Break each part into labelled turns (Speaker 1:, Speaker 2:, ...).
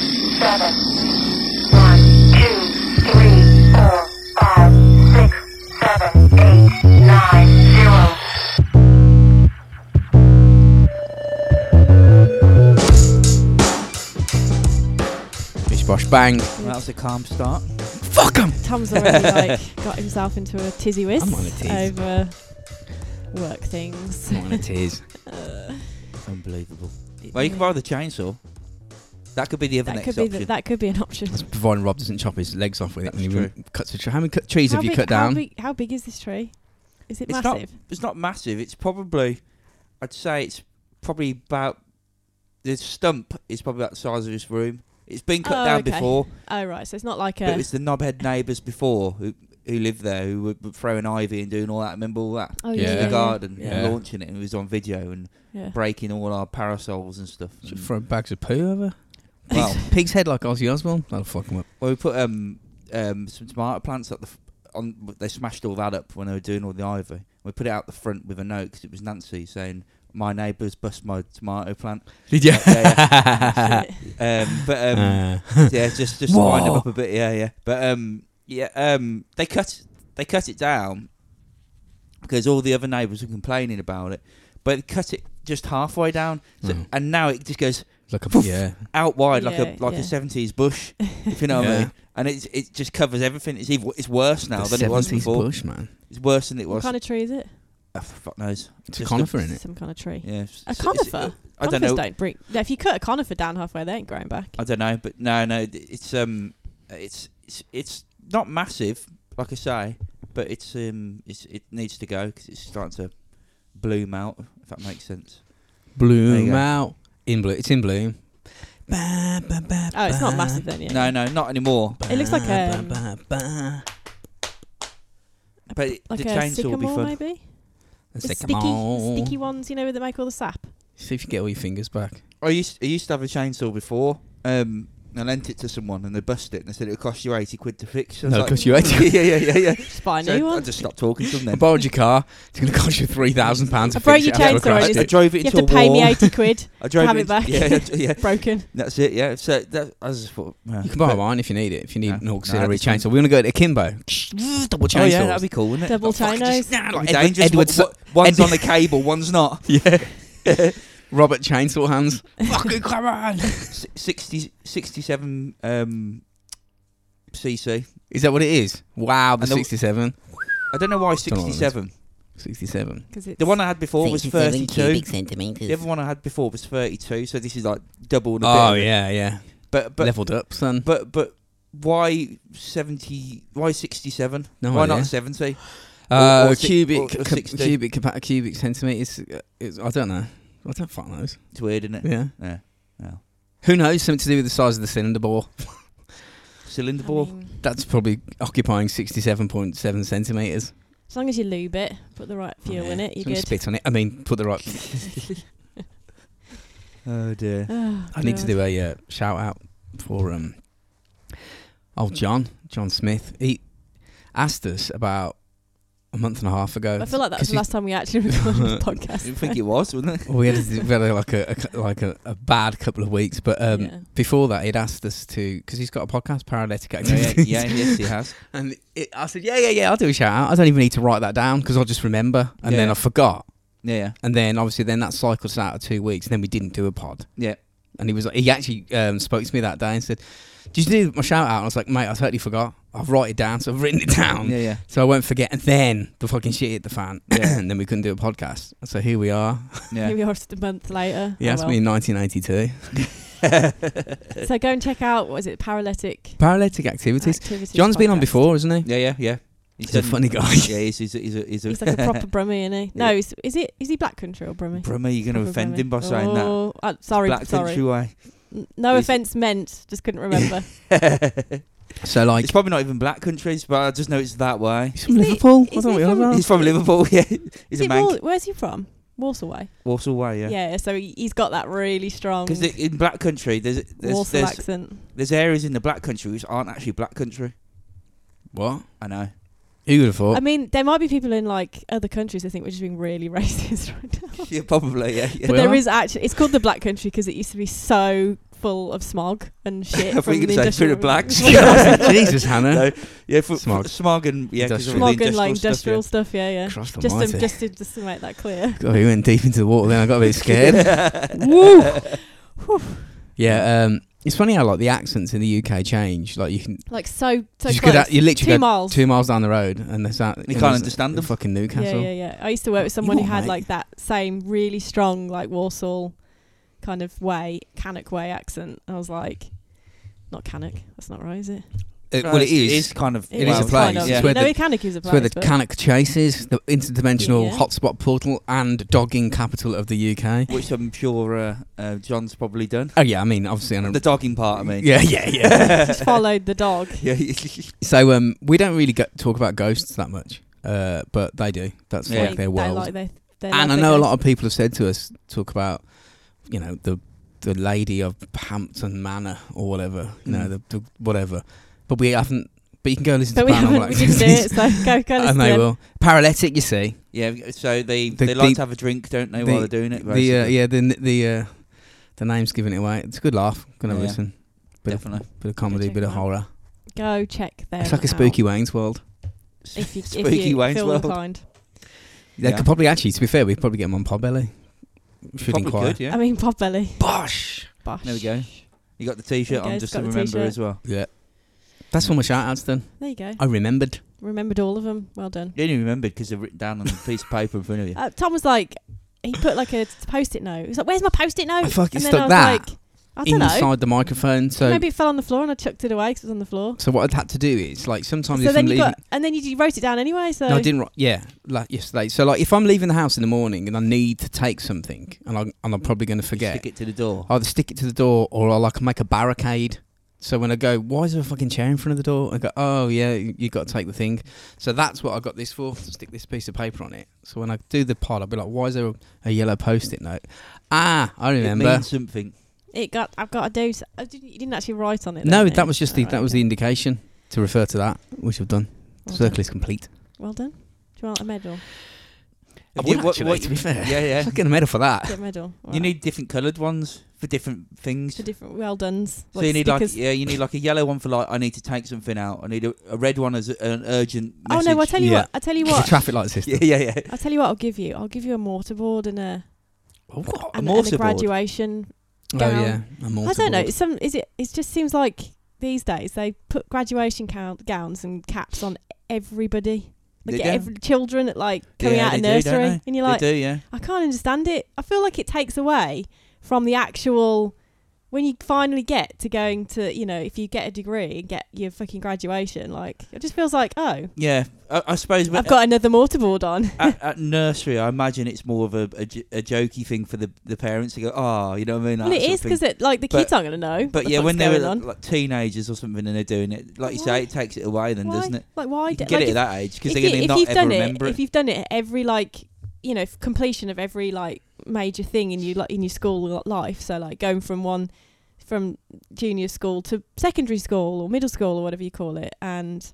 Speaker 1: seven. One, two, three, four, five, six, seven, eight, nine, zero.
Speaker 2: Bish bosh bang.
Speaker 3: That was a calm start.
Speaker 2: Fuck 'em.
Speaker 4: Tom's already like got himself into a tizzy whiz
Speaker 2: I'm on a tizzy.
Speaker 4: over work things.
Speaker 2: Come on, it is.
Speaker 3: Unbelievable. Well, you can borrow the chainsaw. That could be the other
Speaker 4: that
Speaker 3: next
Speaker 4: could be
Speaker 3: option.
Speaker 4: the, that could be an option.
Speaker 2: That's providing Rob doesn't chop his legs off with it.
Speaker 3: That's
Speaker 2: when he
Speaker 3: true.
Speaker 2: run- cuts a tree. How many cut trees
Speaker 4: how
Speaker 2: have you
Speaker 4: big,
Speaker 2: cut
Speaker 4: How
Speaker 2: down?
Speaker 4: big, how big is this tree? Is it
Speaker 3: It's not-
Speaker 4: massive?
Speaker 3: it's not massive. It's probably, I'd say it's probably about the stump is probably about the size of this room. It's been cut
Speaker 4: Oh,
Speaker 3: down
Speaker 4: okay.
Speaker 3: before,
Speaker 4: Oh right, so it's not like
Speaker 3: but
Speaker 4: a.
Speaker 3: it's the knobhead neighbours before who who lived there who were- were throwing ivy and doing all that. Remember all that?
Speaker 4: Oh
Speaker 2: Yeah.
Speaker 3: In the garden,
Speaker 2: Yeah.
Speaker 3: and launching it, and it was on video and
Speaker 4: yeah.
Speaker 3: breaking all our parasols and stuff.
Speaker 2: Should
Speaker 3: And-
Speaker 2: throw bags of poo over.
Speaker 3: Well-
Speaker 2: Pig's, pig's head like Ozzy Osbourne. That'll fuck him up.
Speaker 3: Well, we put um um some tomato plants up the f- on. They smashed all that up when they were doing all the ivy. We put it out the front with a note because it was Nancy saying my neighbours bust my tomato plant.
Speaker 2: Did you?
Speaker 3: Yeah, Um, but um, yeah, just just to wind them
Speaker 2: Uh. Whoa.
Speaker 3: up a bit. Yeah, yeah. But um, yeah, um, they cut they cut it down because all the other neighbours were complaining about it, but they cut it just halfway down, so,
Speaker 2: Mm.
Speaker 3: and now it just goes
Speaker 2: like a
Speaker 3: Poof.
Speaker 2: yeah.
Speaker 3: out wide like
Speaker 4: Yeah,
Speaker 3: a like
Speaker 4: yeah.
Speaker 3: a seventies bush, if you know what
Speaker 2: Yeah.
Speaker 3: I mean. And it's it just covers everything. It's even it's worse now
Speaker 2: the
Speaker 3: than it was
Speaker 2: 70s
Speaker 3: before.
Speaker 2: bush, man.
Speaker 3: It's worse than it
Speaker 4: What
Speaker 3: was.
Speaker 4: kind of tree is it?
Speaker 3: Ah, fuck knows.
Speaker 2: It's a
Speaker 3: Just
Speaker 2: conifer in it.
Speaker 4: Some kind of tree.
Speaker 3: Yeah.
Speaker 4: A
Speaker 3: it's- it's- uh,
Speaker 4: conifer?
Speaker 3: I don't
Speaker 4: Conifers
Speaker 3: know.
Speaker 4: Don't bring. no, If you cut a conifer down halfway, they ain't growing back.
Speaker 3: I don't know, but no, no, it- it's um, it's it's it's not massive, like I say, but it's um, it's it needs to go because it's starting to bloom out. If that makes sense. There you
Speaker 2: Bloom
Speaker 3: go.
Speaker 2: out. In bloom. It's in bloom. Ba, ba, ba,
Speaker 4: Oh, it's not
Speaker 2: ba,
Speaker 4: massive then. Yeah.
Speaker 3: No, no, not anymore.
Speaker 4: It looks like
Speaker 2: ba,
Speaker 4: um,
Speaker 2: ba, ba.
Speaker 3: But it-
Speaker 4: like
Speaker 3: the
Speaker 4: a
Speaker 3: chainsaw will be
Speaker 4: sycamore
Speaker 3: fun.
Speaker 4: maybe.
Speaker 2: The
Speaker 4: The sticky,
Speaker 2: sycamore.
Speaker 4: sticky ones, you know, that make all the sap.
Speaker 2: See if you get all your fingers back.
Speaker 3: I used I used to have a chainsaw before. Um, I lent it to someone and they busted it and they said it would cost you eighty quid to fix. I was
Speaker 2: No,
Speaker 3: like,
Speaker 2: because you ate it.
Speaker 3: yeah, yeah, yeah, yeah.
Speaker 4: Just buy a
Speaker 3: So
Speaker 4: new
Speaker 3: I
Speaker 4: one.
Speaker 3: just stopped talking to them.
Speaker 2: I
Speaker 3: Then.
Speaker 2: borrowed your car. It's going to cost you three thousand pounds.
Speaker 4: I borrowed your chainsaw and
Speaker 3: I,
Speaker 4: it's-
Speaker 3: I drove it
Speaker 4: You have
Speaker 3: into
Speaker 4: to
Speaker 3: a
Speaker 4: pay
Speaker 3: wall.
Speaker 4: me eighty quid.
Speaker 3: I drove
Speaker 4: Have
Speaker 3: it
Speaker 4: it
Speaker 3: into,
Speaker 4: back.
Speaker 3: Yeah, yeah,
Speaker 4: Broken.
Speaker 3: that's it. Yeah. So that I was just thought. yeah.
Speaker 2: You can borrow
Speaker 3: But-
Speaker 2: mine if you need it. If you need
Speaker 3: No,
Speaker 2: an
Speaker 3: no,
Speaker 2: auxiliary
Speaker 3: that's fine.
Speaker 2: chainsaw, we want to go to Akimbo. Double chainsaw.
Speaker 3: Oh yeah, that'd be cool, wouldn't it?
Speaker 4: Double toenails.
Speaker 3: Like
Speaker 2: Edward-
Speaker 3: dangerous.
Speaker 2: Edward
Speaker 3: What-
Speaker 2: Sa-
Speaker 3: what- one's
Speaker 2: Ed-
Speaker 3: on the cable, one's not.
Speaker 2: Yeah. Robert Chainsaw Hands. Fucking come on.
Speaker 3: S- 60, 67 um, cc.
Speaker 2: Is that what it is? Wow, the
Speaker 3: And the-
Speaker 2: 67.
Speaker 3: I don't know why
Speaker 2: know what it is.
Speaker 3: sixty-seven.
Speaker 2: 67.
Speaker 4: 'Cause
Speaker 3: The
Speaker 4: it's-
Speaker 3: one I had before was
Speaker 5: 37
Speaker 3: thirty-two.
Speaker 5: cubic centimeters.
Speaker 3: The other one I had before was thirty-two. So this is like double. And a
Speaker 2: Oh,
Speaker 3: bit.
Speaker 2: yeah, yeah.
Speaker 3: But but
Speaker 2: Leveled up, son.
Speaker 3: but but why seventy? Why sixty-seven?
Speaker 2: No
Speaker 3: why
Speaker 2: idea.
Speaker 3: not seventy?
Speaker 2: uh,
Speaker 3: or- or si-
Speaker 2: cubic,
Speaker 3: or- or
Speaker 2: cu-
Speaker 3: 60.
Speaker 2: cubic, capa- cubic centimeters. uh, It's, I don't know. I don't fuck knows.
Speaker 3: It's weird, isn't it?
Speaker 2: Yeah.
Speaker 3: Yeah. Well,
Speaker 2: Who knows? Something to do with the size of the cylinder bore.
Speaker 3: Cylinder
Speaker 4: I
Speaker 3: bore.
Speaker 4: mean,
Speaker 2: That's probably occupying 67.7 centimeters.
Speaker 4: as long as you lube it, put the right fuel in it, you're
Speaker 2: Someone
Speaker 4: good.
Speaker 2: Spit on it. I mean, put the right.
Speaker 3: Oh dear.
Speaker 4: Oh,
Speaker 2: I need to
Speaker 4: God.
Speaker 2: do a uh, shout out for um old John, John Smith. He asked us about a month and a half ago.
Speaker 4: I feel like that was
Speaker 2: 'cause
Speaker 4: the last time we actually recorded this
Speaker 3: I
Speaker 4: podcast.
Speaker 3: didn't think it was, wasn't it?
Speaker 2: we had, a- we had a, like a, a cou- like a, a bad couple of weeks, but um,
Speaker 4: Yeah.
Speaker 2: before that, he'd asked us to because he's got a podcast, Paralytic
Speaker 3: yeah,
Speaker 2: Activities,
Speaker 3: yeah, yes, it has.
Speaker 2: and it, I said, yeah, yeah, yeah, I'll do a shout out. I don't even need to write that down because I'll just remember, and then
Speaker 3: Yeah.
Speaker 2: I forgot,
Speaker 3: Yeah, yeah.
Speaker 2: and then obviously then that cycles out of two weeks, and then we didn't do a pod.
Speaker 3: yeah.
Speaker 2: And he was like, he actually um, spoke to me that day and said, "Did you do my shout out?" And I was like, "Mate, I totally forgot. I've write it down, so I've written it down,
Speaker 3: Yeah, yeah.
Speaker 2: so I won't forget." And then the fucking shit hit the fan,
Speaker 3: Yeah.
Speaker 2: and then we couldn't do a podcast. And so here we are.
Speaker 3: Yeah.
Speaker 4: Here we are just a month later.
Speaker 2: He
Speaker 4: Oh,
Speaker 2: asked me in 1982.
Speaker 4: well. So go and check out, what is it, Paralytic
Speaker 2: Paralytic activities.
Speaker 4: Activities
Speaker 2: John's been on
Speaker 4: podcast.
Speaker 2: before, isn't he?
Speaker 3: Yeah, yeah, yeah.
Speaker 2: He's a
Speaker 3: done-
Speaker 2: funny guy.
Speaker 3: Yeah, he's, he's, a- he's a he's a.
Speaker 4: He's like a proper Brummy, isn't he? No, is, is it is he Black Country or Brummy?
Speaker 3: Brummy, you're going to
Speaker 4: Proper
Speaker 3: offend
Speaker 4: Brummy.
Speaker 3: him by saying that.
Speaker 4: oh, uh, sorry,
Speaker 3: Black
Speaker 4: sorry.
Speaker 3: Country Way.
Speaker 4: N- No
Speaker 3: He's-
Speaker 4: offence meant, just couldn't remember.
Speaker 2: So like,
Speaker 3: it's probably not even black countries, but I just know it's that way.
Speaker 2: he's from
Speaker 4: Is he-
Speaker 2: Liverpool. I
Speaker 4: is
Speaker 2: don't know
Speaker 4: he
Speaker 2: what you're
Speaker 4: from-
Speaker 2: on
Speaker 3: He's
Speaker 2: about.
Speaker 3: from Liverpool, yeah. He's
Speaker 4: is
Speaker 3: a
Speaker 4: it
Speaker 3: man.
Speaker 4: Wal- where's he from? Walsall Way.
Speaker 3: Walsall way, yeah.
Speaker 4: Yeah, um, so he, he's got that really strong
Speaker 3: Because in black country, there's there's,
Speaker 4: Walsall
Speaker 3: there's
Speaker 4: accent.
Speaker 3: there's areas in the black country which aren't actually black country.
Speaker 2: What?
Speaker 3: I know.
Speaker 2: Who would have thought?
Speaker 4: I mean, there might be people in like other countries I think which is being really racist right now.
Speaker 3: yeah, probably, yeah. yeah.
Speaker 4: But
Speaker 2: Well-
Speaker 4: there is actually it's called the Black Country because it used to be so full of smog and shit.
Speaker 3: I
Speaker 4: from
Speaker 3: think
Speaker 4: the
Speaker 3: it's like full
Speaker 4: industrial
Speaker 3: of blacks.
Speaker 2: Jesus, Hannah.
Speaker 3: No, yeah, for,
Speaker 2: Smog.
Speaker 3: smog. smog and yeah, 'cause of all
Speaker 4: smog
Speaker 3: the
Speaker 4: and like
Speaker 3: industrial
Speaker 4: industrial
Speaker 3: stuff,
Speaker 4: stuff. Yeah, yeah.
Speaker 2: Christ
Speaker 4: Just
Speaker 2: almighty.
Speaker 4: to, just to just to make that clear.
Speaker 2: God, we went deep into the water then. I got a bit scared.
Speaker 3: yeah.
Speaker 2: Woo! yeah, um, it's funny how like the accents in the UK change. Like you can,
Speaker 4: Like so so
Speaker 2: you,
Speaker 4: close.
Speaker 2: could, you literally go
Speaker 4: Two miles.
Speaker 2: two miles down the road and they sound. and
Speaker 3: can't
Speaker 2: it's
Speaker 3: understand them.
Speaker 2: Fucking Newcastle.
Speaker 4: yeah, yeah, yeah. I used to work with someone who
Speaker 2: are,
Speaker 4: had
Speaker 2: mate.
Speaker 4: like that same really strong like Warsaw kind of way, Canuck way accent. I was like, not Canuck. That's not right, is it?
Speaker 2: It- Uh, well, it
Speaker 3: It's-
Speaker 2: is.
Speaker 3: Uh, It is kind of.
Speaker 2: It is a
Speaker 4: kind
Speaker 2: place,
Speaker 4: of.
Speaker 2: yeah.
Speaker 3: Yeah.
Speaker 2: It's where
Speaker 4: No,
Speaker 2: the-
Speaker 4: it Canuck is a
Speaker 2: It's
Speaker 4: place.
Speaker 2: where the
Speaker 4: but-
Speaker 2: Canuck chases, the interdimensional
Speaker 4: Yeah.
Speaker 2: hotspot portal, and dogging capital of the UK.
Speaker 3: Which I'm sure uh, uh, John's probably done.
Speaker 2: Oh yeah, I mean obviously. On a,
Speaker 3: The dogging part, I mean.
Speaker 2: yeah, yeah, yeah.
Speaker 4: just followed the dog.
Speaker 3: yeah,
Speaker 2: so um, we don't really go- talk about ghosts that much, uh, but they do. That's
Speaker 3: Yeah.
Speaker 2: like their
Speaker 4: They
Speaker 2: world.
Speaker 4: like their, they
Speaker 2: and I
Speaker 4: love
Speaker 2: know
Speaker 4: their
Speaker 2: a lot of people have said to us, talk about, you know, the the lady of Hampton Manor or whatever, you know, the,
Speaker 3: Mm.
Speaker 2: the whatever. But we haven't. But you can go listen
Speaker 4: But
Speaker 2: to
Speaker 4: we
Speaker 2: Paranormal
Speaker 4: haven't. We didn't do
Speaker 2: Activities.
Speaker 4: it, so go, go listen
Speaker 2: and
Speaker 4: to
Speaker 2: they
Speaker 4: them.
Speaker 2: will. Paralytic, you see.
Speaker 3: yeah. So they
Speaker 2: The-
Speaker 3: they like
Speaker 2: the-
Speaker 3: to have a drink, don't they,
Speaker 2: the-
Speaker 3: while they're doing it?
Speaker 2: The uh,
Speaker 3: basically.
Speaker 2: yeah, the the uh, the name's giving it away. It's a good laugh. Gonna
Speaker 3: Yeah.
Speaker 2: listen. Bit
Speaker 3: Definitely.
Speaker 2: Of, bit of comedy,
Speaker 4: check
Speaker 2: bit of
Speaker 4: it out.
Speaker 2: horror.
Speaker 4: Go check them.
Speaker 2: it's like a
Speaker 4: out
Speaker 2: spooky Wayne's World.
Speaker 4: If you,
Speaker 3: Spooky
Speaker 4: if you
Speaker 3: Wayne's
Speaker 4: feel
Speaker 3: World.
Speaker 4: inclined.
Speaker 2: They
Speaker 3: Yeah.
Speaker 2: could probably actually, to be fair, we could probably get them on Podbelly. We Should
Speaker 3: Probably
Speaker 2: inquire.
Speaker 3: good, yeah.
Speaker 4: I mean, Bob Belly.
Speaker 2: Bosh.
Speaker 4: Bosh.
Speaker 3: There we go. You got the t-shirt
Speaker 4: Okay,
Speaker 3: on
Speaker 4: it's
Speaker 3: just
Speaker 4: got
Speaker 3: to
Speaker 4: the
Speaker 3: remember
Speaker 4: t-shirt.
Speaker 3: as well.
Speaker 2: That's all my shout outs done.
Speaker 4: There you go.
Speaker 2: I remembered.
Speaker 4: Remembered all of them. Well done.
Speaker 3: You only remembered because they're written down on a piece of paper in front of you.
Speaker 4: Uh, Tom was like, he put like a post-it note. He was like, "Where's my post-it note?"
Speaker 2: I fucking
Speaker 4: and then
Speaker 2: stuck
Speaker 4: I was
Speaker 2: that
Speaker 4: like, I don't
Speaker 2: Inside
Speaker 4: know.
Speaker 2: the microphone. So
Speaker 4: Maybe it fell on the floor and I chucked it away because it was on the floor.
Speaker 2: so what I'd had to do is like sometimes
Speaker 4: so
Speaker 2: if I'm
Speaker 4: then you
Speaker 2: leaving
Speaker 4: got, and then you d- wrote it down anyway. So
Speaker 2: No, I didn't. write- Yeah, like yesterday. So like if I'm leaving the house in the morning and I need to take something and I'm, and I'm probably going to forget.
Speaker 3: Stick it to the door.
Speaker 2: I'll either stick it to the door or I'll like make a barricade. So when I go, why is there a fucking chair in front of the door? I go, oh yeah, you you got to take the thing. So that's what I got this for. Stick this piece of paper on it. So when I do the pod, I'll be like, why is there a, a yellow post-it note? Ah, I
Speaker 3: It
Speaker 2: remember.
Speaker 3: means something.
Speaker 4: it got. I've got to do. s- I didn't, you didn't actually write on it.
Speaker 2: No,
Speaker 4: then, eh?
Speaker 2: that was just the
Speaker 4: Alright,
Speaker 2: that was the
Speaker 4: okay.
Speaker 2: indication to refer to that, which I've done.
Speaker 4: Well
Speaker 2: Circle
Speaker 4: done.
Speaker 2: is complete.
Speaker 4: Well done. Do you want a medal?
Speaker 2: I
Speaker 3: You-
Speaker 2: would actually, to be fair.
Speaker 3: Yeah, yeah.
Speaker 2: I get a medal for that.
Speaker 4: Get a medal.
Speaker 3: You
Speaker 4: Alright.
Speaker 3: need different coloured ones for different things.
Speaker 4: for different well dones.
Speaker 3: so you need
Speaker 4: stickers.
Speaker 3: like yeah, you need like a yellow one for like I need to take something out. I need a, a red one as a, an urgent.
Speaker 4: oh
Speaker 3: Message.
Speaker 4: no! I tell you
Speaker 2: Yeah.
Speaker 4: what. I tell you
Speaker 2: The
Speaker 4: what.
Speaker 2: traffic light system.
Speaker 3: Yeah, yeah, yeah.
Speaker 4: I tell you what. I'll give you. I'll give you a mortarboard and a
Speaker 2: What?
Speaker 4: and, and a
Speaker 3: mortarboard?
Speaker 4: graduation
Speaker 2: Oh
Speaker 4: Gown.
Speaker 2: yeah, a
Speaker 4: I don't know.
Speaker 2: mortarboard.
Speaker 4: It's some is it? It just seems like these days they put graduation count, gowns and caps on everybody.
Speaker 3: They
Speaker 4: Like
Speaker 3: do.
Speaker 4: every, children at like coming
Speaker 3: Yeah,
Speaker 4: out
Speaker 3: they do,
Speaker 4: of
Speaker 3: don't
Speaker 4: nursery,
Speaker 3: they?
Speaker 4: and you're like,
Speaker 3: they do, yeah.
Speaker 4: I can't understand it. I feel like it takes away from the actual when you finally get to going to you know if you get a degree and get your fucking graduation. Like it just feels like oh,
Speaker 3: Yeah, I, I suppose. when-
Speaker 4: I've got another mortarboard on.
Speaker 3: at, at nursery, I imagine it's more of a, a, j- a jokey thing for the, the parents to go, oh, you know what I mean?
Speaker 4: Well,
Speaker 3: that
Speaker 4: it
Speaker 3: sort
Speaker 4: is
Speaker 3: of
Speaker 4: because
Speaker 3: thing."
Speaker 4: like the
Speaker 3: But-
Speaker 4: kids aren't gonna know.
Speaker 3: But
Speaker 4: what
Speaker 3: yeah,
Speaker 4: the
Speaker 3: when
Speaker 4: fuck's
Speaker 3: they were
Speaker 4: going on.
Speaker 3: like, like teenagers or something and they're doing it, like you
Speaker 4: Why?
Speaker 3: say, it takes it away then,
Speaker 4: Why?
Speaker 3: doesn't it?
Speaker 4: like why
Speaker 3: You
Speaker 4: do-
Speaker 3: can get
Speaker 4: like,
Speaker 3: it at that age because
Speaker 4: If
Speaker 3: they're
Speaker 4: you-
Speaker 3: going to
Speaker 4: if
Speaker 3: not
Speaker 4: you've
Speaker 3: ever
Speaker 4: done
Speaker 3: remember
Speaker 4: it,
Speaker 3: it.
Speaker 4: if you've done it at every like you know f- completion of every like major thing in your like in your school li- life, so like going from one from junior school to secondary school or middle school or whatever you call it, and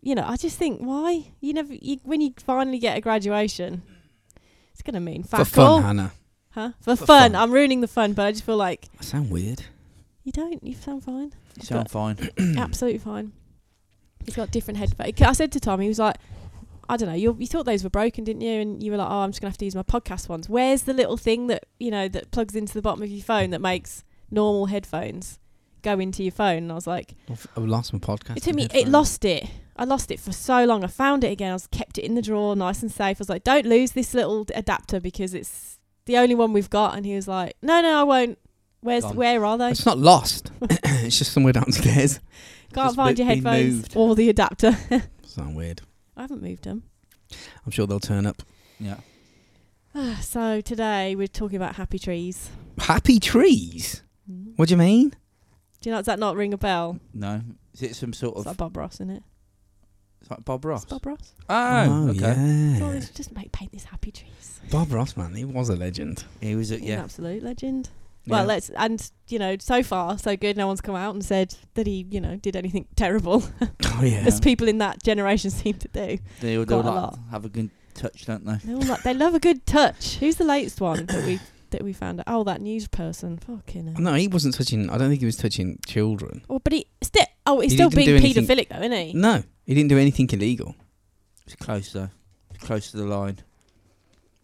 Speaker 4: you know I just think why you never you, when you finally get a graduation, it's gonna mean
Speaker 2: for
Speaker 4: fuck all,
Speaker 2: fun, Hannah.
Speaker 4: huh? For,
Speaker 2: For
Speaker 4: fun.
Speaker 2: fun.
Speaker 4: I'm ruining the fun, but I just feel like
Speaker 2: I sound weird.
Speaker 4: you don't. You sound fine.
Speaker 3: You sound fine.
Speaker 4: Absolutely fine. He's got different headphones. I said to Tom, he was like, I don't know, you you thought those were broken, didn't you? And you were like, oh, I'm just going to have to use my podcast ones. Where's the little thing that, you know, that plugs into the bottom of your phone that makes normal headphones go into your phone? And I was like,
Speaker 2: I've I've lost my podcast.
Speaker 4: it took me, it
Speaker 2: headphones.
Speaker 4: lost it. I lost it for so long. I found it again. I was kept it in the drawer, nice and safe. I was like, don't lose this little d- adapter because it's the only one we've got. And he was like, no, no, I won't. Where's,
Speaker 3: Gone.
Speaker 4: where are they?
Speaker 2: It's not lost. it's just somewhere downstairs.
Speaker 4: Can't
Speaker 3: just
Speaker 4: find
Speaker 3: be-
Speaker 4: your
Speaker 3: be
Speaker 4: headphones
Speaker 3: moved.
Speaker 4: or the adapter.
Speaker 2: Sound weird.
Speaker 4: I haven't moved them.
Speaker 2: I'm sure they'll turn up.
Speaker 3: Yeah.
Speaker 4: Ah, so today we're talking about happy trees.
Speaker 2: Happy trees.
Speaker 4: Mm.
Speaker 2: What do you mean?
Speaker 4: Do you know does that not ring a bell?
Speaker 3: No. Is it some sort
Speaker 4: It's
Speaker 3: of.
Speaker 4: like Bob Ross, isn't it?
Speaker 3: It's like Bob Ross.
Speaker 4: It's Bob Ross.
Speaker 3: Oh, okay.
Speaker 4: It's all
Speaker 2: yeah.
Speaker 4: this- just make paint these happy trees.
Speaker 2: Bob Ross, man, he was a legend.
Speaker 3: He was at,
Speaker 4: He's An
Speaker 3: Uh, yeah.
Speaker 4: absolute legend. Well,
Speaker 3: yeah.
Speaker 4: let's and you know so far so good. No one's come out and said that he you know did anything terrible
Speaker 2: Oh yeah.
Speaker 4: as people in that generation seem to do.
Speaker 3: They all do
Speaker 4: quite a
Speaker 3: like,
Speaker 4: lot.
Speaker 3: have a good touch, don't they?
Speaker 4: They all like, they love a good touch. Who's the latest one that we that we found out. Oh, that news person, fucking. Hell.
Speaker 2: No, he wasn't touching. I don't think he was touching children.
Speaker 4: Oh, but he still. Oh, he's
Speaker 2: He
Speaker 4: still
Speaker 2: didn't
Speaker 4: being
Speaker 2: do anything-
Speaker 4: paedophilic though, isn't he?
Speaker 2: No, he didn't do anything illegal.
Speaker 3: It's close though. It's close to the line.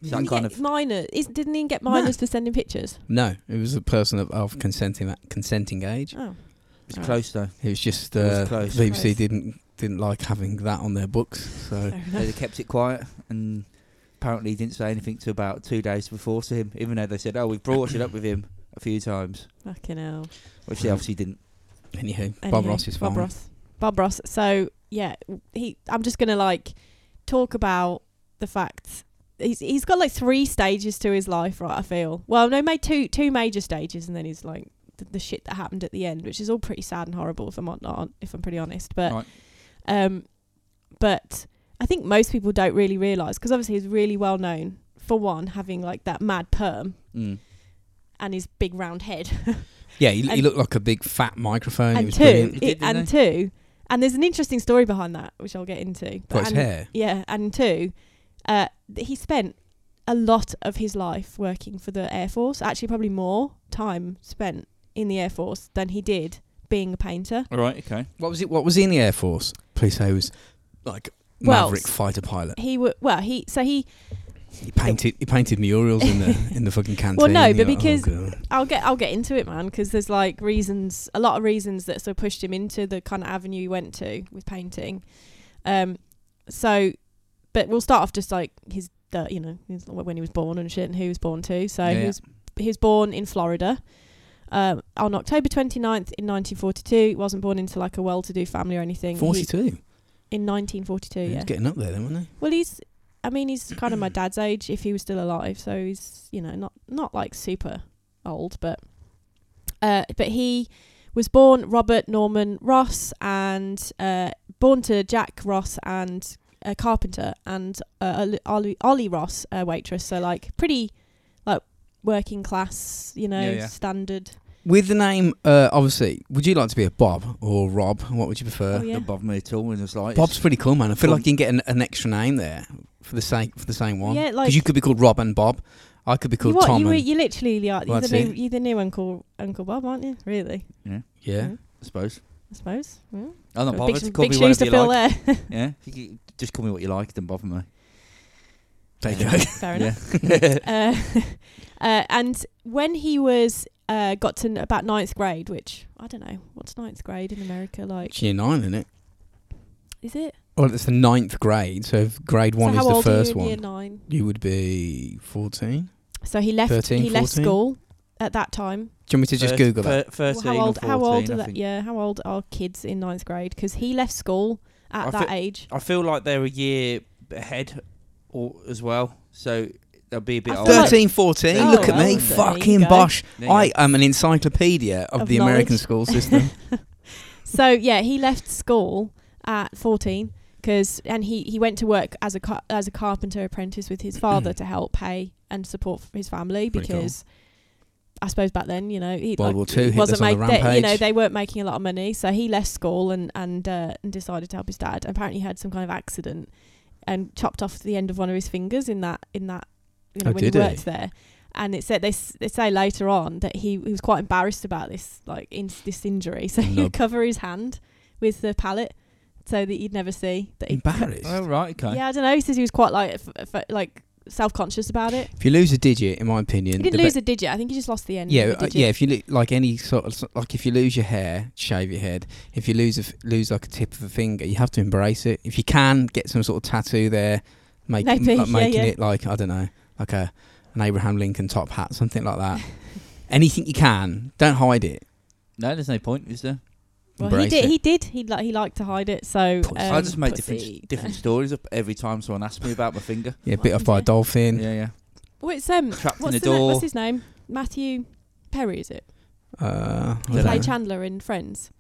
Speaker 3: It's
Speaker 4: Didn't
Speaker 3: that
Speaker 4: he
Speaker 3: kind
Speaker 4: get
Speaker 3: of
Speaker 4: minor. Is, didn't he get minors for sending pictures?
Speaker 2: No, it was a person of, of consenting consenting age.
Speaker 4: Oh,
Speaker 3: it's close though.
Speaker 2: It was just
Speaker 3: It was
Speaker 2: uh,
Speaker 3: close.
Speaker 2: the BBC
Speaker 4: Close.
Speaker 2: didn't didn't like having that on their books. So
Speaker 4: fair enough.
Speaker 3: they kept it quiet and apparently he didn't say anything to about two days before to him, even though they said, "Oh, we've brought it up with him a few times,"
Speaker 4: Fucking hell.
Speaker 3: which they obviously didn't.
Speaker 2: anyhow, Bob
Speaker 4: Anyway,
Speaker 2: Ross is fine.
Speaker 4: Bob Ross. Bob Ross. So yeah, he. I'm just gonna like talk about the fact he's he's got like three stages to his life, right? I feel. Well, no, made two two major stages, and then he's like the, the shit that happened at the end, which is all pretty sad and horrible, if I'm not, not if I'm pretty honest. But
Speaker 3: Right.
Speaker 4: um, but I think most people don't really realise because obviously he's really well known for one having like that mad perm
Speaker 3: Mm.
Speaker 4: and his big round head.
Speaker 2: Yeah, he, he
Speaker 4: And-
Speaker 2: looked like a big fat microphone. it
Speaker 4: and
Speaker 2: was
Speaker 4: two,
Speaker 2: brilliant.
Speaker 3: He
Speaker 4: it-
Speaker 3: did,
Speaker 4: and two, and there's an interesting story behind that, which I'll get into. But
Speaker 2: Got his
Speaker 4: and,
Speaker 2: hair.
Speaker 4: Yeah, and two, uh, th- he spent a lot of his life working for the Air Force. Actually, probably more time spent in the Air Force than he did being a painter.
Speaker 3: All right. Okay.
Speaker 2: What was it? What was he in the Air Force? Please say he was like
Speaker 4: Well,
Speaker 2: maverick fighter pilot.
Speaker 4: He w- well, he so he.
Speaker 2: He painted he painted murals in the in the fucking canteen.
Speaker 4: no,
Speaker 2: You're
Speaker 4: but
Speaker 2: like,
Speaker 4: because-
Speaker 2: oh, God.
Speaker 4: I'll get I'll get into it, man, because there's like reasons, a lot of reasons that sort of pushed him into the kind of avenue he went to with painting. Um, so, but we'll start off just like his, uh, you know, his, when he was born and shit, and who he was born to. So
Speaker 3: Yeah,
Speaker 4: he
Speaker 3: yeah.
Speaker 4: was he was born in Florida. Um, on October 29th in 1942, he wasn't born into like a well-to-do family or anything. He-
Speaker 2: 42.
Speaker 4: in 1942,
Speaker 2: he
Speaker 4: yeah.
Speaker 2: was getting up there then, wasn't
Speaker 4: Well, he's, I mean, he's kind of my dad's age if he was still alive. So he's, you know, not not like super old, but, uh, but he was born Robert Norman Ross and uh, born to Jack Ross and a carpenter and uh, Ollie, Ollie Ross, a waitress. So like pretty, like working class, you know,
Speaker 3: Yeah, yeah.
Speaker 4: standard.
Speaker 2: he? With the name, uh, obviously, would you like to be a Bob or Rob? What would you prefer?
Speaker 4: oh yeah.
Speaker 3: Not bother me at all in the slightest.
Speaker 2: Bob's pretty cool, man. I feel
Speaker 3: Cool.
Speaker 2: like you can get an, an extra name there for the same for the same one.
Speaker 4: Yeah,
Speaker 2: 'Cause
Speaker 4: like-
Speaker 2: you could be called Rob and Bob. I could be
Speaker 4: You
Speaker 2: called
Speaker 4: what?
Speaker 2: Tom.
Speaker 4: You, were,
Speaker 2: and,
Speaker 4: you literally are.
Speaker 2: Well,
Speaker 4: You're
Speaker 2: that's
Speaker 4: the, new,
Speaker 2: it.
Speaker 4: you're the new Uncle Uncle Bob, aren't you? Really?
Speaker 2: yeah.
Speaker 3: I suppose.
Speaker 4: I suppose. Yeah.
Speaker 3: I'm not
Speaker 4: big
Speaker 3: bothered.
Speaker 4: sh-
Speaker 3: call
Speaker 4: big
Speaker 3: me whatever
Speaker 4: shoes to
Speaker 3: you
Speaker 4: fill
Speaker 3: like.
Speaker 4: there.
Speaker 3: Yeah. You can- Just call me what you like. Don't bother me.
Speaker 2: There you
Speaker 3: Yeah.
Speaker 2: go.
Speaker 4: Fair
Speaker 3: Yeah.
Speaker 4: enough. Uh, uh, and when he was uh, got to n- about ninth grade, which I don't know, what's ninth grade in America like?
Speaker 2: It's year nine, isn't it?
Speaker 4: Is it?
Speaker 2: Well, it's the ninth grade, so if grade one
Speaker 4: so
Speaker 2: is
Speaker 4: how
Speaker 2: the
Speaker 4: old
Speaker 2: first
Speaker 4: are you in
Speaker 2: one.
Speaker 4: year nine?
Speaker 2: You would be fourteen.
Speaker 4: So he left.
Speaker 2: 13,
Speaker 4: he left
Speaker 2: 14?
Speaker 4: school at that time.
Speaker 2: Do you want me to just
Speaker 3: Thir-
Speaker 2: Google that?
Speaker 3: thir- Thirteen
Speaker 4: how old?
Speaker 3: or fourteen.
Speaker 4: how old?
Speaker 3: I
Speaker 4: Are that,
Speaker 3: think.
Speaker 4: yeah, how old are kids in ninth grade? Because he left school at
Speaker 3: I
Speaker 4: that
Speaker 3: thi-
Speaker 4: age.
Speaker 3: I feel like they're a year ahead, or as well. So they'll be a bit
Speaker 4: I
Speaker 3: older.
Speaker 4: feel like-
Speaker 2: 13, 14,
Speaker 3: Oh,
Speaker 2: look at
Speaker 3: well,
Speaker 2: me,
Speaker 3: there you
Speaker 2: fucking
Speaker 4: go.
Speaker 2: bosh.
Speaker 3: There you
Speaker 2: I
Speaker 3: go.
Speaker 2: am an encyclopedia of,
Speaker 4: Of
Speaker 2: the American
Speaker 4: knowledge.
Speaker 2: school system.
Speaker 4: so yeah, he left school at 14 'cause- and he, he went to work as a car- as a carpenter apprentice with his father to help pay and support f- his family
Speaker 2: Mm. Pretty cool.
Speaker 4: because I suppose back then you know he
Speaker 2: World
Speaker 4: like,
Speaker 2: War Two hit us
Speaker 4: wasn't
Speaker 2: on the
Speaker 4: make they, you
Speaker 2: rampage.
Speaker 4: know they weren't making a lot of money so he left school and and uh, and decided to help his dad. Apparently he had some kind of accident and chopped off the end of one of his fingers in that in that you know
Speaker 2: Oh,
Speaker 4: when he
Speaker 2: did he?
Speaker 4: worked there. And it said they, s- they say later on that he, he was quite embarrassed about this like in, this injury, so he
Speaker 2: Nub.
Speaker 4: would cover his hand with the palette so that you'd never see that. He,
Speaker 2: Embarrassed.
Speaker 3: Oh right. Okay.
Speaker 4: yeah, I don't know. He says he was quite like f- f- like self conscious about it.
Speaker 2: If you lose a digit, in my
Speaker 4: He
Speaker 2: opinion,
Speaker 4: didn't
Speaker 2: the
Speaker 4: lose
Speaker 2: be-
Speaker 4: a digit. I think he just lost the end. of
Speaker 2: yeah,
Speaker 4: the
Speaker 2: uh,
Speaker 4: digit.
Speaker 2: yeah. If you lo- like any sort of like, if you lose your hair, shave your head. If you lose a f- lose like a tip of a finger, you have to embrace it. If you can, get some sort of tattoo there, make m-
Speaker 4: Maybe,
Speaker 2: like
Speaker 4: yeah,
Speaker 2: making
Speaker 4: yeah.
Speaker 2: it like I don't know, like a an Abraham Lincoln top hat, something like that. Anything you can, don't hide it.
Speaker 3: No, there's no point, is there?
Speaker 4: Well, he
Speaker 2: embrace
Speaker 4: did.
Speaker 2: it.
Speaker 4: He did. He like he liked to hide it. So
Speaker 2: Pussy.
Speaker 4: um,
Speaker 3: I just make
Speaker 4: pussy.
Speaker 3: different different stories up every time someone asks me about my finger.
Speaker 2: yeah, bit off by a
Speaker 4: Yeah.
Speaker 2: dolphin.
Speaker 3: Yeah, yeah.
Speaker 4: Oh, it's um.
Speaker 3: Trapped in
Speaker 4: What's,
Speaker 3: a
Speaker 4: the na-
Speaker 3: door.
Speaker 4: what's his name? Matthew Perry is it?
Speaker 2: Uh, I
Speaker 3: Dunno.
Speaker 4: Play
Speaker 2: don't know.
Speaker 4: Chandler in Friends.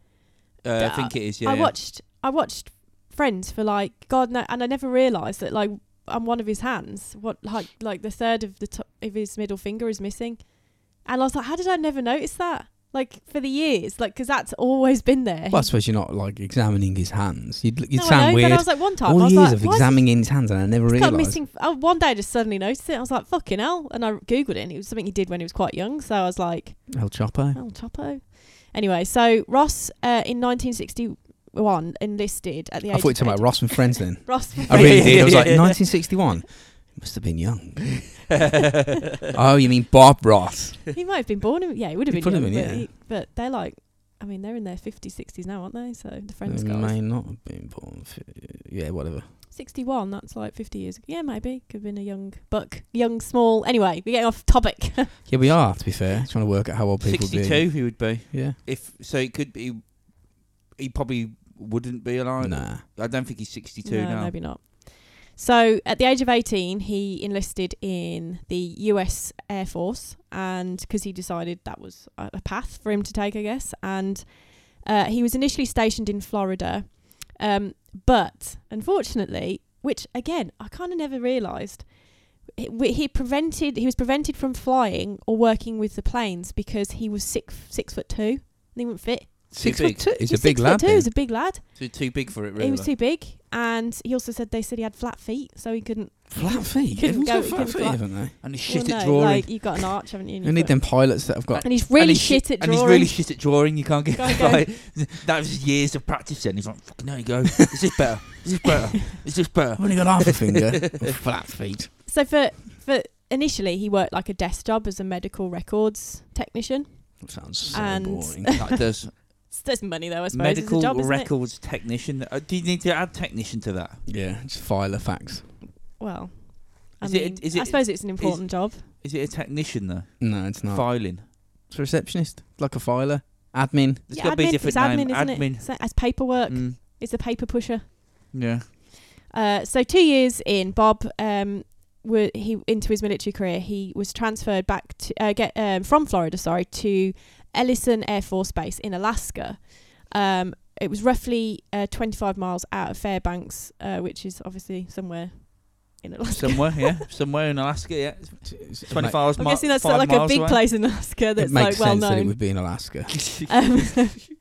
Speaker 3: Uh,
Speaker 4: Uh,
Speaker 3: I think it is. Yeah.
Speaker 4: I
Speaker 3: yeah.
Speaker 4: watched I watched Friends for like God no, and I never realised that like on one of his hands, what like like the third of the top of his middle finger is missing, and I was like, how did I never notice that? like for the years, like because that's always been there.
Speaker 2: Well, I suppose you're not like examining his hands. You'd you'd
Speaker 4: no, I
Speaker 2: sound
Speaker 4: know, But I
Speaker 2: weird.
Speaker 4: was like one time,
Speaker 2: All
Speaker 4: I was
Speaker 2: years
Speaker 4: like,
Speaker 2: of
Speaker 4: why is
Speaker 2: examining his hands, and I never
Speaker 4: It's got
Speaker 2: realised.
Speaker 4: missing. Oh, one day I just suddenly noticed it. I was like, fucking hell. And I googled it and it was something he did when he was quite young. So I was like,
Speaker 2: El Chapo.
Speaker 4: oh, Topo. Anyway, so Ross uh, in 1961 enlisted at the
Speaker 2: I thought you
Speaker 4: age
Speaker 2: were
Speaker 4: of
Speaker 2: talking about
Speaker 4: 20.
Speaker 2: Ross and Friends then.
Speaker 4: Ross. was
Speaker 2: I really
Speaker 4: like-
Speaker 2: did. I was like,
Speaker 3: Yeah.
Speaker 2: 1961. Must have been young. oh, you mean Bob Ross?
Speaker 4: he might have been born. In, yeah, he would have
Speaker 2: He
Speaker 4: been.
Speaker 2: probably
Speaker 4: young,
Speaker 2: been,
Speaker 4: but,
Speaker 2: yeah.
Speaker 4: he- but they're like, I mean, they're in their 50s, 60s now, aren't they? So the Friends
Speaker 2: They
Speaker 4: guys.
Speaker 2: may not have been born. For, yeah, whatever.
Speaker 4: 61, that's like 50 years ago. Yeah, maybe. Could have been a young buck. Young, small. Anyway, we're getting off topic.
Speaker 2: Yeah, we are. To be fair, trying to work out how old people
Speaker 3: Sixty-two, he would be.
Speaker 2: be. Yeah.
Speaker 3: If so, it could be. He probably wouldn't be alive.
Speaker 2: Nah.
Speaker 3: I don't think he's sixty-two
Speaker 4: no,
Speaker 3: now.
Speaker 4: maybe not. So, at the age of 18, he enlisted in the US Air Force, and because he decided that was a a path for him to take, I guess. And uh, he was initially stationed in Florida, um, but unfortunately, which again, I kind of never realised. He, w- he prevented. He was prevented from flying or working with the planes because he was six six foot two. And he wouldn't fit.
Speaker 2: Six
Speaker 3: big.
Speaker 2: foot two. He's a
Speaker 4: He was
Speaker 2: big
Speaker 4: six
Speaker 2: lad.
Speaker 4: Foot two. He's
Speaker 2: then.
Speaker 4: a big lad.
Speaker 3: Too, too big for it,
Speaker 4: He
Speaker 3: really.
Speaker 4: was too big, and he also said they said he had flat feet, so he couldn't.
Speaker 2: Flat feet.
Speaker 4: Couldn't
Speaker 2: Everyone's
Speaker 4: go-
Speaker 2: got
Speaker 4: couldn't
Speaker 2: flat feet,
Speaker 4: fly.
Speaker 2: haven't they?
Speaker 3: and he's shit
Speaker 4: Well,
Speaker 3: at
Speaker 4: no,
Speaker 3: drawing.
Speaker 4: Like you've got an arch, haven't you? in
Speaker 2: We
Speaker 4: your
Speaker 2: need
Speaker 4: foot?
Speaker 2: them pilots that have got.
Speaker 4: And he's really
Speaker 3: he's
Speaker 4: shit at
Speaker 3: and
Speaker 4: drawing.
Speaker 3: he's really shit at drawing. You can't get
Speaker 4: Can't go.
Speaker 3: like, that was years of practice. Then he's like, "Fucking there you go. Is this better? Is this better? Is this better?"
Speaker 2: I've only got half a finger. flat feet.
Speaker 4: so for for initially, he worked like a desk job as a medical records technician.
Speaker 2: That sounds so
Speaker 4: And-
Speaker 2: boring.
Speaker 3: that does
Speaker 4: So there's money though, I suppose.
Speaker 3: medical
Speaker 4: it's a job, isn't it?
Speaker 3: records technician. Uh, do you need to add technician to that?
Speaker 2: yeah, just file a fax.
Speaker 4: Well, I
Speaker 3: Is it-
Speaker 4: mean,
Speaker 3: is
Speaker 4: I
Speaker 3: it-
Speaker 4: suppose it's an important job.
Speaker 3: Is it a technician though?
Speaker 2: No, it's not.
Speaker 3: Filing.
Speaker 2: it's a receptionist, like a filer, admin.
Speaker 3: There's
Speaker 4: Yeah,
Speaker 3: got to be a
Speaker 4: admin-
Speaker 3: different
Speaker 4: it's admin,
Speaker 3: name.
Speaker 4: isn't
Speaker 3: admin.
Speaker 4: it? So as paperwork,
Speaker 3: Mm,
Speaker 4: it's a paper pusher.
Speaker 3: yeah.
Speaker 4: Uh, so two years in, Bob um, were he into his military career. He was transferred back to uh, get um, from Florida, sorry, to Ellison Air Force Base in Alaska. Um, it was roughly uh, 25 miles out of Fairbanks, uh, which is obviously somewhere in Alaska.
Speaker 3: Somewhere, yeah. Somewhere in Alaska, yeah. It's
Speaker 2: It's- it ma-
Speaker 3: 25 hours
Speaker 4: I'm
Speaker 3: mi-
Speaker 4: guessing that's
Speaker 3: five
Speaker 4: like a
Speaker 3: miles
Speaker 4: big
Speaker 3: away.
Speaker 4: place in Alaska
Speaker 2: It
Speaker 4: that's
Speaker 2: makes
Speaker 4: like well
Speaker 2: sense that it
Speaker 4: known.
Speaker 2: would be in Alaska.
Speaker 4: Um,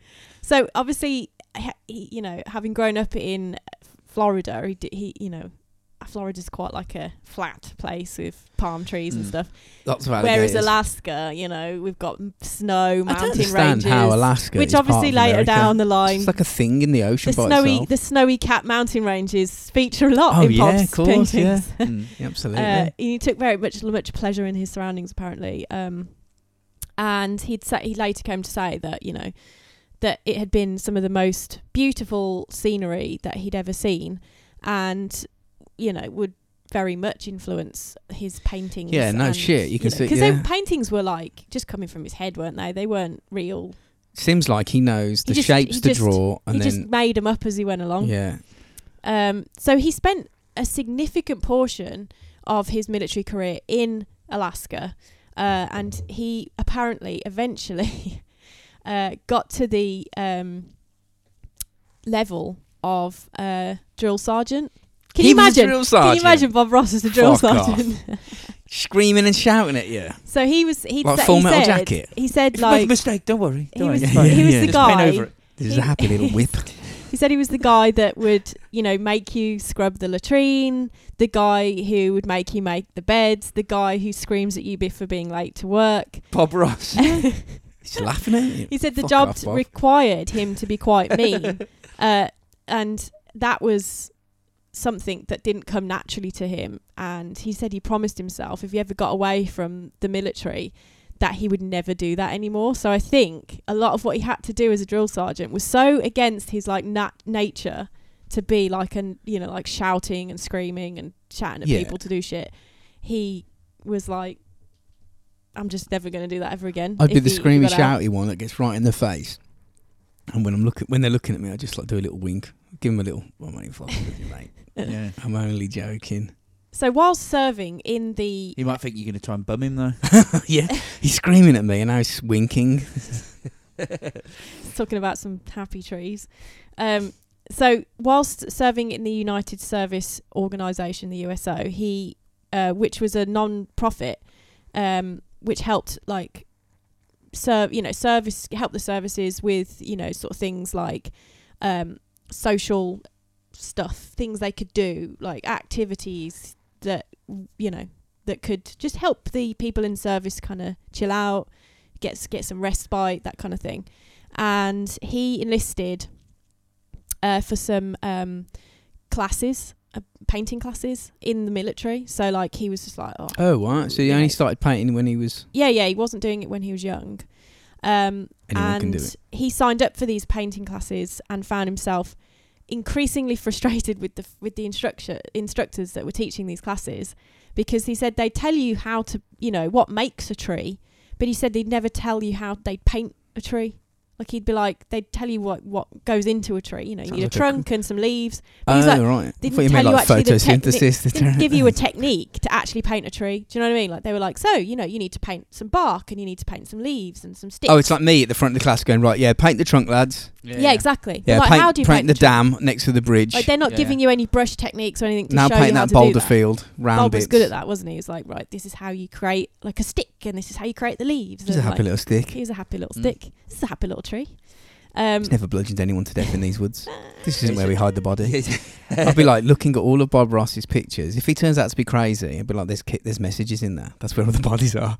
Speaker 4: so obviously, he- he- you know, having grown up in Florida, he, d- he you know, Florida's quite like a flat place with palm trees and
Speaker 3: Mm.
Speaker 4: stuff.
Speaker 2: Lots of Hmm. alligators.
Speaker 4: Whereas Alaska, you know, we've got m- snow,
Speaker 2: I don't
Speaker 4: mountain
Speaker 2: understand
Speaker 4: ranges,
Speaker 2: how Alaska,
Speaker 4: which
Speaker 2: is part
Speaker 4: obviously
Speaker 2: of
Speaker 4: later
Speaker 2: America.
Speaker 4: down the
Speaker 2: It's
Speaker 4: line,
Speaker 2: just like a thing in the ocean
Speaker 4: the
Speaker 2: by
Speaker 4: snowy,
Speaker 2: itself.
Speaker 4: the snowy cap mountain ranges feature a lot
Speaker 2: Oh,
Speaker 4: in
Speaker 2: yeah, of
Speaker 4: Bob's
Speaker 2: course,
Speaker 4: paintings.
Speaker 2: yeah.
Speaker 3: Mm.
Speaker 2: Yeah, Absolutely.
Speaker 4: Uh, he took very much much pleasure in his surroundings, apparently. Um, and he'd say he later came to say that you know that it had been some of the most beautiful scenery that he'd ever seen, and you know would very much influence his paintings.
Speaker 2: Yeah, no
Speaker 4: Uh, and,
Speaker 2: shit, you can see-
Speaker 4: because
Speaker 2: yeah.
Speaker 4: paintings were like just coming from his head, weren't they? They weren't real.
Speaker 2: Seems like he knows
Speaker 4: he
Speaker 2: the
Speaker 4: just-
Speaker 2: shapes
Speaker 4: he
Speaker 2: to
Speaker 4: just-
Speaker 2: draw, and
Speaker 4: he
Speaker 2: then
Speaker 4: just made them up as he went along.
Speaker 2: yeah,
Speaker 4: Um, so he spent a significant portion of his military career in Alaska, uh, and he apparently eventually uh, got to the um, level of uh, drill sergeant. Can you
Speaker 2: He was a
Speaker 4: imagine?
Speaker 2: drill
Speaker 4: Can you
Speaker 2: sergeant.
Speaker 4: imagine Bob Ross as a drill
Speaker 2: Fuck off.
Speaker 4: sergeant?
Speaker 2: screaming and shouting at you.
Speaker 4: so he was. He
Speaker 2: Like
Speaker 4: sa-
Speaker 2: Full
Speaker 4: he
Speaker 2: Metal
Speaker 4: said,
Speaker 2: Jacket.
Speaker 4: He said
Speaker 3: If you make a
Speaker 4: like
Speaker 3: mistake, don't worry.
Speaker 4: he
Speaker 3: don't
Speaker 4: was.
Speaker 3: worry.
Speaker 2: Yeah,
Speaker 4: He was
Speaker 2: yeah.
Speaker 4: the
Speaker 2: Just
Speaker 3: paint
Speaker 4: guy.
Speaker 3: over it.
Speaker 2: This is a happy little whip.
Speaker 4: He said he was the guy that would, you know, make you scrub the latrine, the guy who would make you make the beds, the guy who screams at you be- for being late to work.
Speaker 3: Bob Ross.
Speaker 2: He's laughing at you.
Speaker 4: He said the
Speaker 2: Fuck
Speaker 4: job
Speaker 2: off, Bob.
Speaker 4: required him to be quite mean, uh, and that was something that didn't come naturally to him. And he said he promised himself if he ever got away from the military that he would never do that anymore. So I think a lot of what he had to do as a drill sergeant was so against his like nat- nature to be like an you know like shouting and screaming and chatting at
Speaker 2: Yeah.
Speaker 4: people to do shit. He was like. I'm just never going to do that ever again.
Speaker 2: I'd be
Speaker 4: if
Speaker 2: the
Speaker 4: he- he
Speaker 2: screamy,
Speaker 4: got out.
Speaker 2: shouty one that gets right in the face. And when I'm looking, when they're looking at me, I just like do a little wink, give them a little. I'm only fucking with you, mate.
Speaker 3: yeah.
Speaker 2: I'm only joking.
Speaker 4: So whilst serving in the
Speaker 3: You might think you're going to try and bum him though.
Speaker 2: yeah, he's screaming at me, and I was winking.
Speaker 4: talking about some happy trees, um, so whilst serving in the United Service Organization, the USO, he, uh, which was a non-profit, um, which helped like serve you know service help the services with you know sort of things like um, social stuff, things they could do, like activities that you know that could just help the people in service kind of chill out, get s- get some respite, that kind of thing. And he enlisted uh, for some um, classes, uh, painting classes in the military. So like he was just like, oh,
Speaker 2: Oh, right. So he
Speaker 4: Yeah.
Speaker 2: only started painting when he was.
Speaker 4: yeah, yeah, he wasn't doing it when he was young. Um,
Speaker 2: Anyone
Speaker 4: and
Speaker 2: can do it.
Speaker 4: he signed up for these painting classes and found himself increasingly frustrated with the with the instructor instructors that were teaching these classes because he said they tell you how to you know what makes a tree, but he said they'd never tell you how they paint a tree. Like he'd be like they'd tell you what what goes into a tree. You know, you
Speaker 2: Sounds
Speaker 4: need
Speaker 2: like
Speaker 4: a
Speaker 2: a
Speaker 4: trunk and some leaves. But
Speaker 2: Oh,
Speaker 4: he's like,
Speaker 2: right. I
Speaker 4: didn't
Speaker 2: thought you
Speaker 4: tell
Speaker 2: meant
Speaker 4: you
Speaker 2: like
Speaker 4: actually the techni-
Speaker 2: photosynthesis.
Speaker 4: didn't give you a technique to actually paint a tree. Do you know what I mean? Like they were like, so you know, you need to paint some bark and you need to paint some leaves and some sticks.
Speaker 2: Oh, it's like me at the front of the class going right. Yeah, paint the trunk, lads.
Speaker 4: yeah, exactly.
Speaker 2: Yeah,
Speaker 4: like
Speaker 2: paint,
Speaker 4: how do you
Speaker 2: paint,
Speaker 4: paint,
Speaker 2: the
Speaker 4: a tree?
Speaker 2: dam next to the bridge.
Speaker 4: Like they're not
Speaker 3: Yeah.
Speaker 4: giving you any brush techniques or anything to
Speaker 2: now
Speaker 4: show you
Speaker 2: paint
Speaker 4: how
Speaker 2: that
Speaker 4: to do
Speaker 2: boulder
Speaker 4: that.
Speaker 2: field round
Speaker 4: Bob was
Speaker 2: bits.
Speaker 4: good at that, wasn't he? He was like, right, this is how you create like a stick, and this is how you create the leaves.
Speaker 2: He's a
Speaker 4: and,
Speaker 2: happy
Speaker 4: like,
Speaker 2: little stick.
Speaker 4: Here's a happy little
Speaker 3: Mm.
Speaker 4: stick. This is a happy little tree. Um,
Speaker 2: He's never bludgeoned anyone to death in these woods. This isn't where we hide the body. I'd
Speaker 3: I'd
Speaker 2: be like looking at all of Bob Ross's pictures. If he turns out to be crazy, I'd be like, "There's ki- there's messages in there. That's where all the bodies are."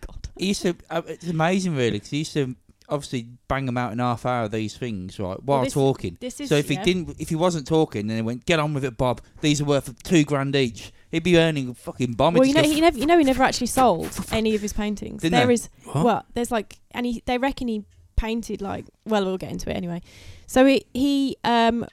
Speaker 4: God.
Speaker 3: he used to. Uh, it's amazing, really, 'cause he used to obviously bang them out in half hour these things, right, while
Speaker 4: this-
Speaker 3: talking.
Speaker 4: This is
Speaker 3: So if
Speaker 4: yeah.
Speaker 3: he didn't, if he wasn't talking, then he went, "Get on with it, Bob. These are worth two grand each." He'd be earning a fucking bomb.
Speaker 4: Well,
Speaker 3: He'd
Speaker 4: you know,
Speaker 3: just
Speaker 4: he never, you know, he never actually sold any of his paintings.
Speaker 3: Didn't
Speaker 4: There
Speaker 3: they?
Speaker 4: is, well, there's like, and he, they reckon he painted like, well, we'll get into it anyway. So he, he um,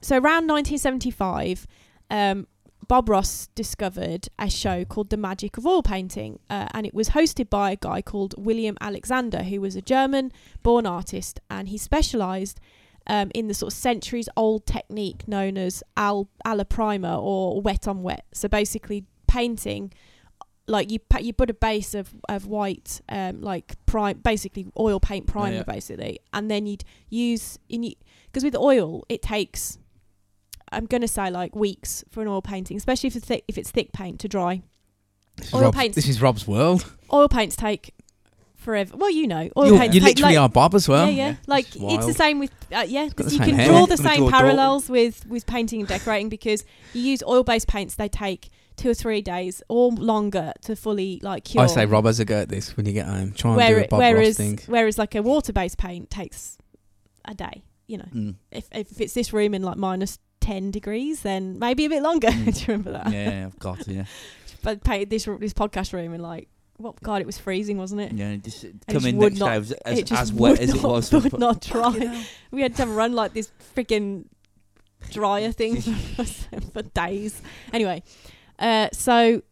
Speaker 4: so around 1975, um, Bob Ross discovered a show called The Magic of Oil Painting, uh, and it was hosted by a guy called William Alexander, who was a German born artist, and he specialised um, in the sort of centuries old technique known as al alla primer or wet on wet. So basically, painting like you pa- you put a base of of white um like prime basically oil paint primer
Speaker 3: yeah.
Speaker 4: basically and then you'd use in because with oil it takes i'm going to say like weeks for an oil painting especially if it's thick if it's thick paint to dry
Speaker 2: This is,
Speaker 4: oil
Speaker 2: Rob's,
Speaker 4: paints-
Speaker 2: this is Rob's world.
Speaker 4: oil paints take forever well you know oil
Speaker 2: You're-
Speaker 4: paints
Speaker 2: you
Speaker 4: take
Speaker 2: literally
Speaker 4: lo-
Speaker 2: are Bob as well.
Speaker 4: yeah, yeah.
Speaker 3: yeah.
Speaker 4: Like
Speaker 2: It's
Speaker 4: it's the
Speaker 2: wild.
Speaker 4: same with uh, yeah.
Speaker 2: got the
Speaker 4: you
Speaker 2: same
Speaker 4: can
Speaker 2: hair.
Speaker 4: draw
Speaker 2: I'm
Speaker 4: the
Speaker 3: gonna
Speaker 4: same
Speaker 3: draw a dog.
Speaker 4: parallels with with painting and decorating because you use oil-based paints. They take two or three days or longer to fully like cure.
Speaker 2: I say Rob has a go at this when you get home. Try and do
Speaker 4: Where-
Speaker 2: a Bob Ross
Speaker 4: whereas
Speaker 2: thing.
Speaker 4: whereas like a water-based paint takes a day. You know,
Speaker 3: Mm.
Speaker 4: if if it's this room in like minus ten degrees, then maybe a bit longer.
Speaker 3: Mm.
Speaker 4: Do you remember that?
Speaker 3: Yeah, yeah, I've got it. Yeah,
Speaker 4: But painted this this podcast room in like what God, it was freezing, wasn't it?
Speaker 3: yeah. and Just uh,
Speaker 4: I
Speaker 3: come
Speaker 4: just
Speaker 3: in
Speaker 4: would
Speaker 3: next
Speaker 4: not-
Speaker 3: day as, as,
Speaker 4: it just
Speaker 3: as wet
Speaker 4: would
Speaker 3: as
Speaker 4: not,
Speaker 3: it was.
Speaker 4: would not dry.
Speaker 3: Fucking hell.
Speaker 4: We had to run like this freaking dryer thing for, for days. Anyway, uh, so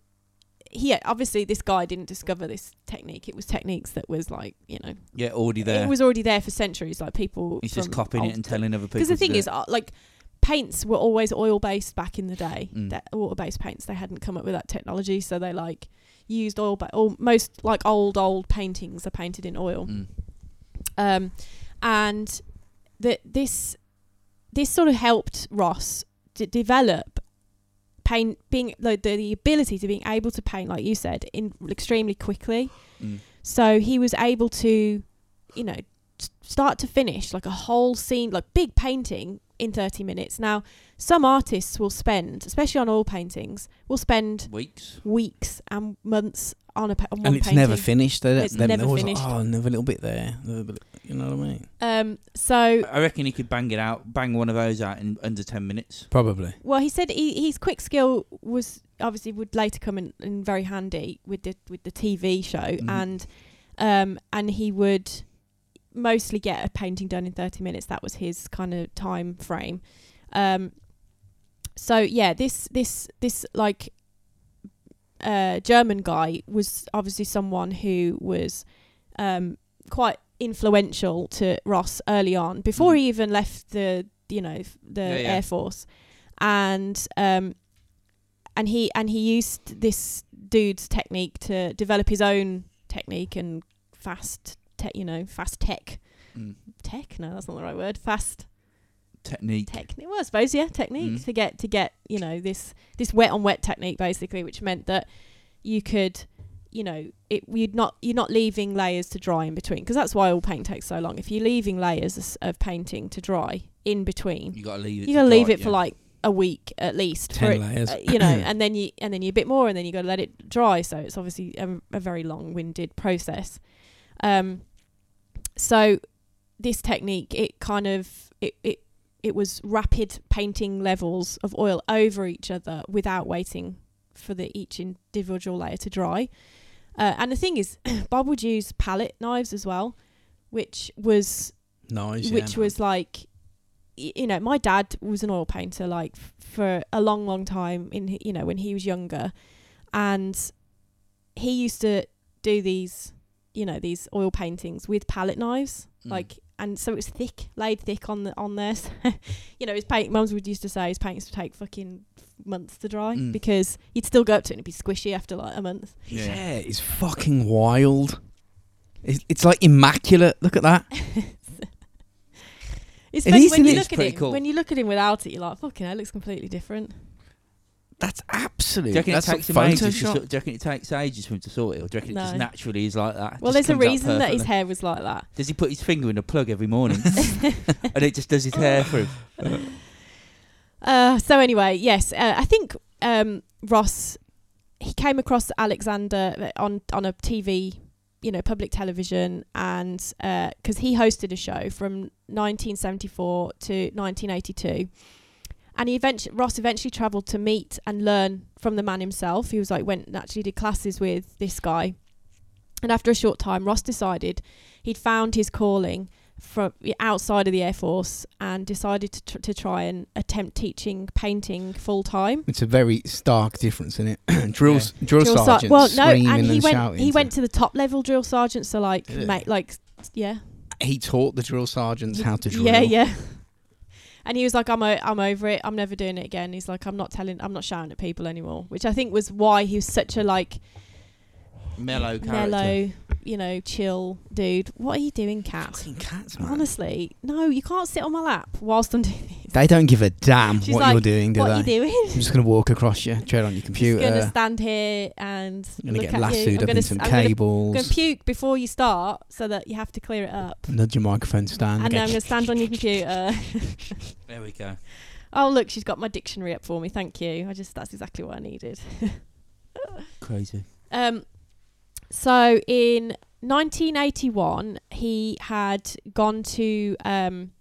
Speaker 4: he obviously this guy didn't discover this technique. It was techniques that was like you know
Speaker 3: Yeah, already there.
Speaker 4: it was already there for centuries. Like people,
Speaker 3: He's just copying it and telling other people.
Speaker 4: Because the
Speaker 3: to
Speaker 4: thing
Speaker 3: do
Speaker 4: is,
Speaker 3: it.
Speaker 4: uh, like paints were always oil based back in the day.
Speaker 3: Mm.
Speaker 4: That water based paints they hadn't come up with that technology, so they like used oil. But or most like old old paintings are painted in oil
Speaker 3: Mm.
Speaker 4: um, and that this this sort of helped Ross to develop paint being like the, the ability to being able to paint like you said in extremely quickly
Speaker 3: Mm.
Speaker 4: so he was able to you know s- start to finish like a whole scene like big painting in 30 minutes now some artists will spend especially on oil paintings will spend
Speaker 3: Weeks.
Speaker 4: weeks and months on a pa- on one
Speaker 2: And it's
Speaker 4: painting.
Speaker 2: never finished. They,
Speaker 4: It's
Speaker 2: they're
Speaker 4: never
Speaker 2: always
Speaker 4: finished.
Speaker 2: Like, oh, another little bit there. another bit- You know what I mean?
Speaker 4: um so
Speaker 3: I reckon he could bang it out, bang one of those out in under ten minutes.
Speaker 2: Probably.
Speaker 4: Well, he said he, his quick skill was obviously would later come in, in very handy with the with the TV show,
Speaker 3: Mhm.
Speaker 4: and um, and he would mostly get a painting done in thirty minutes. That was his kind of time frame. Um, so yeah, this this this like uh, German guy was obviously someone who was um, quite influential to Ross early on before
Speaker 3: Mhm.
Speaker 4: he even left the you know f- the
Speaker 3: Yeah, yeah.
Speaker 4: air force and um and he and he used this dude's technique to develop his own technique and fast te- you know fast tech
Speaker 3: Mm.
Speaker 4: tech no that's not the right word fast
Speaker 3: Technique.
Speaker 4: technique well I suppose yeah technique
Speaker 3: Mm.
Speaker 4: to get to get you know this this wet on wet technique basically which meant that you could you know, it you're not you're not leaving layers to dry in between because that's why all paint takes so long. If you're leaving layers s- of painting to dry in between,
Speaker 3: You gotta leave it.
Speaker 4: you
Speaker 3: to
Speaker 4: got to leave
Speaker 3: dry,
Speaker 4: it for
Speaker 3: yeah.
Speaker 4: like a week at least. for
Speaker 2: Ten
Speaker 4: it-
Speaker 2: layers.
Speaker 4: uh, you know, and then you and then you a bit more, and then you got to let it dry. So it's obviously a, a very long-winded process. Um, so this technique, it kind of it it it was rapid painting levels of oil over each other without waiting for the each individual layer to dry. Uh, and the thing is, Bob would use palette knives as well, which was
Speaker 2: nice.
Speaker 4: which
Speaker 2: yeah.
Speaker 4: was like y- you know my dad was an oil painter like f- for a long long time in h- you know when he was younger and he used to do these you know these oil paintings with palette knives
Speaker 3: Mm.
Speaker 4: like and so it was thick laid thick on the on there so, you know his paint mums would used to say his paints would take fucking months to dry
Speaker 3: Mm.
Speaker 4: because you'd still go up to it and it'd be squishy after like a month
Speaker 2: His
Speaker 3: Yeah.
Speaker 2: hair is fucking wild. It's, it's like immaculate. Look at that.
Speaker 4: especially
Speaker 2: is,
Speaker 4: when
Speaker 2: isn't
Speaker 4: you
Speaker 2: it?
Speaker 4: look
Speaker 3: It's
Speaker 4: at
Speaker 3: pretty
Speaker 4: him
Speaker 3: cool.
Speaker 4: when you look at him without it you're like fucking hell it looks completely different
Speaker 2: That's
Speaker 3: Do
Speaker 2: absolute.
Speaker 3: you reckon it
Speaker 2: That's
Speaker 3: takes him
Speaker 2: like
Speaker 3: ages? to
Speaker 2: Photoshop.
Speaker 3: sort- Do you reckon it takes ages for him to sort it, or do you reckon it just
Speaker 4: No.
Speaker 3: naturally is like that?
Speaker 4: Well,
Speaker 3: Just
Speaker 4: there's a
Speaker 3: comes out
Speaker 4: reason that his
Speaker 3: perfectly?
Speaker 4: hair was like that.
Speaker 3: Does he put his finger in a plug every morning, and it just does his hair for him?
Speaker 4: Uh, so anyway, yes, uh, I think um, Ross he came across Alexander uh, on on a TV, you know, public television, and because he hosted a show from 1974 to 1982. And he eventually, Ross eventually travelled to meet and learn from the man himself. He was like, went and actually did classes with this guy. And after a short time, Ross decided he'd found his calling from outside of the Air Force and decided to, tr- to try and attempt teaching painting full time.
Speaker 2: It's a very stark difference, isn't it? drill, s drill,
Speaker 4: Drill ser-
Speaker 2: sergeant
Speaker 4: well, no,
Speaker 2: screaming
Speaker 4: and he went.
Speaker 2: shouting.
Speaker 4: He
Speaker 2: to-
Speaker 4: went to the top level drill sergeant. So like,
Speaker 2: Did it?
Speaker 4: ma- like, yeah,
Speaker 2: He taught the drill sergeants how to drill.
Speaker 4: yeah, yeah. And he was like, "I'm o- I'm over it. I'm never doing it again." He's like, "I'm not telling. I'm not shouting at people anymore," which I think was why he was such a like
Speaker 3: Mellow character.
Speaker 4: mellow, you know, chill dude. What are you doing, cat?
Speaker 2: Fucking cats, man.
Speaker 4: Honestly, no, you can't sit on my lap whilst I'm doing this.
Speaker 2: They don't give a damn
Speaker 4: She's
Speaker 2: what
Speaker 4: like,
Speaker 2: you're doing, do
Speaker 4: what
Speaker 2: they?
Speaker 4: are you doing?
Speaker 2: I'm just gonna walk across you, tread on your
Speaker 4: Just
Speaker 2: computer.
Speaker 4: gonna stand here and
Speaker 2: I'm gonna
Speaker 4: look
Speaker 2: get
Speaker 4: at you.
Speaker 2: lassoed
Speaker 4: I'm
Speaker 2: up
Speaker 4: gonna,
Speaker 2: in
Speaker 4: s-
Speaker 2: some
Speaker 4: I'm gonna-
Speaker 2: cables.
Speaker 4: gonna puke before you start, so that you have to clear it up.
Speaker 2: nudge your microphone stand.
Speaker 4: And
Speaker 2: go,
Speaker 4: then I'm gonna stand on your computer.
Speaker 3: There we go.
Speaker 4: oh look, she's got my dictionary up for me. Thank you. I just that's exactly what I needed.
Speaker 3: Crazy.
Speaker 4: Um, so in 1981, he had gone to um,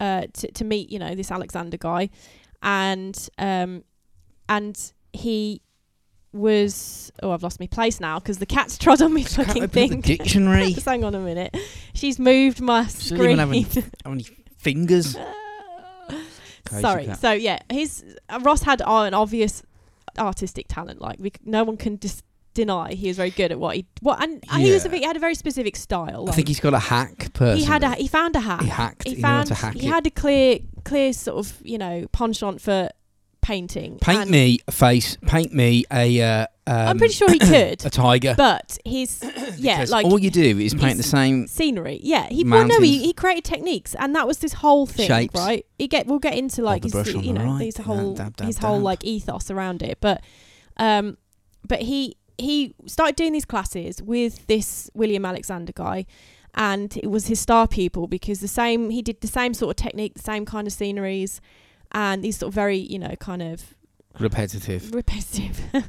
Speaker 4: uh, to, to meet you know this Alexander guy, and um, and he was oh I've lost my place now because the cat's trod on my
Speaker 2: Can't
Speaker 4: fucking
Speaker 2: open up
Speaker 4: thing.
Speaker 2: The dictionary.
Speaker 4: Just hang on a minute. She's moved my
Speaker 2: doesn't even
Speaker 4: screen.
Speaker 2: have any How many fingers?
Speaker 3: Crazy
Speaker 4: Sorry.
Speaker 3: cat.
Speaker 4: So yeah, his uh, Ross had uh, an obvious artistic talent. Like we, c- no one can dis- deny he was very good at what he what, and uh, he was a
Speaker 2: Yeah.
Speaker 4: bit, he had a very specific style.
Speaker 2: I
Speaker 4: like,
Speaker 2: think he's got a hack. Person.
Speaker 4: he had a he found a hat.
Speaker 2: He hacked.
Speaker 4: He
Speaker 2: He, knew how
Speaker 4: found
Speaker 2: to hack
Speaker 4: he
Speaker 2: it.
Speaker 4: had a clear clear sort of you know penchant for painting.
Speaker 2: paint
Speaker 4: and
Speaker 2: me a face. Paint me a. Uh, um,
Speaker 4: I'm pretty sure he could,
Speaker 2: a tiger.
Speaker 4: but his yeah
Speaker 2: Because
Speaker 4: like
Speaker 2: all you do is paint
Speaker 4: he's-
Speaker 2: the same.
Speaker 4: scenery. Yeah, he well no, he,
Speaker 2: Mountains.
Speaker 4: he created techniques, and that was this whole thing,
Speaker 2: Shapes.
Speaker 4: right? He get we'll get into
Speaker 2: Hold
Speaker 4: like
Speaker 2: the
Speaker 4: his,
Speaker 2: brush on
Speaker 4: you
Speaker 2: the
Speaker 4: know
Speaker 2: right,
Speaker 4: his
Speaker 2: dab,
Speaker 4: whole
Speaker 2: dab, dab,
Speaker 4: his whole
Speaker 2: dab.
Speaker 4: like ethos around it, but um, but he he started doing these classes with this William Alexander guy. And it was his star pupil because the same he did the same sort of technique, the same kind of sceneries, and these sort of very you know kind of
Speaker 2: Repetitive.
Speaker 4: repetitive.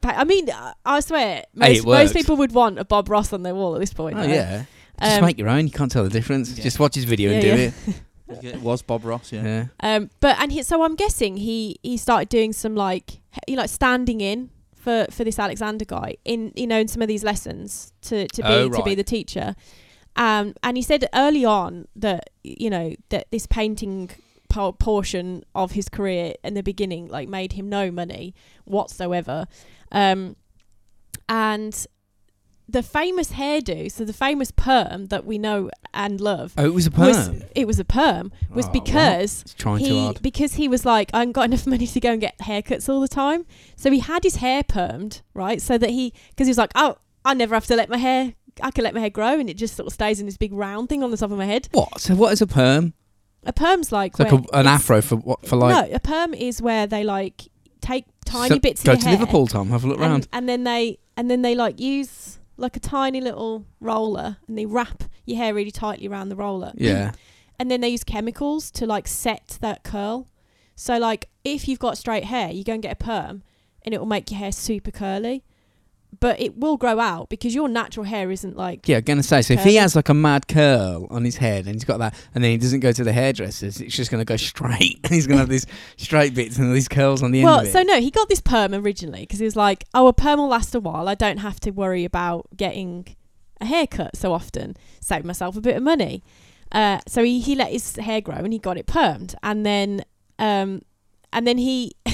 Speaker 4: But, I mean, I- I swear, most,
Speaker 2: Hey, it works.
Speaker 4: most people would want a Bob Ross on their wall at this point.
Speaker 2: Oh
Speaker 4: right?
Speaker 2: yeah. Just
Speaker 4: Um,
Speaker 2: make your own. You can't tell the difference.
Speaker 3: Yeah.
Speaker 2: Just watch his video and do
Speaker 4: Yeah, yeah.
Speaker 2: it.
Speaker 3: It was Bob Ross, yeah.
Speaker 2: Yeah.
Speaker 4: Um, but and he, so I'm guessing he he started doing some like he like standing in for for this Alexander guy in you know in some of these lessons to to be
Speaker 2: Oh,
Speaker 4: to be
Speaker 2: right.
Speaker 4: the teacher. Um, and he said early on that you know that this painting po- portion of his career in the beginning like made him no money whatsoever. Um, and the famous hairdo, so the famous perm that we know and love,
Speaker 2: Oh, it was a
Speaker 4: was
Speaker 2: perm.
Speaker 4: it was a perm was
Speaker 2: Oh, what?
Speaker 4: because
Speaker 2: It's trying too
Speaker 4: he
Speaker 2: hard.
Speaker 4: because he was like I haven't got enough money to go and get haircuts all the time so he had his hair permed right so that he because he was like oh I never have to let my hair I can let my hair grow and it just sort of stays in this big round thing on the top of my head
Speaker 2: What? So what is a perm?
Speaker 4: a perm's like
Speaker 2: It's like
Speaker 4: where
Speaker 2: a, an
Speaker 4: it's-
Speaker 2: afro for what? For like
Speaker 4: no a perm is where they like take tiny
Speaker 2: So
Speaker 4: bits
Speaker 2: Go
Speaker 4: of your
Speaker 2: to
Speaker 4: hair
Speaker 2: Liverpool, Tom. Have a look
Speaker 4: and,
Speaker 2: round.
Speaker 4: and then they and then they like use like a tiny little roller and they wrap your hair really tightly around the roller.
Speaker 2: Yeah.
Speaker 4: and then they use chemicals to like set that curl. So like if you've got straight hair, you go and get a perm and it will make your hair super curly. But it will grow out because your natural hair isn't like
Speaker 2: Yeah, gonna say. So if he
Speaker 4: Curly.
Speaker 2: has like a mad curl on his head and he's got that, and then he doesn't go to the hairdressers, it's just gonna go straight, and he's gonna have these straight bits and all these curls on the
Speaker 4: well,
Speaker 2: end of it.
Speaker 4: so no, he got this perm originally because he was like, "Oh, a perm will last a while. I don't have to worry about getting a haircut so often. Save myself a bit of money." Uh, so he, he let his hair grow and he got it permed, and then um, and then he,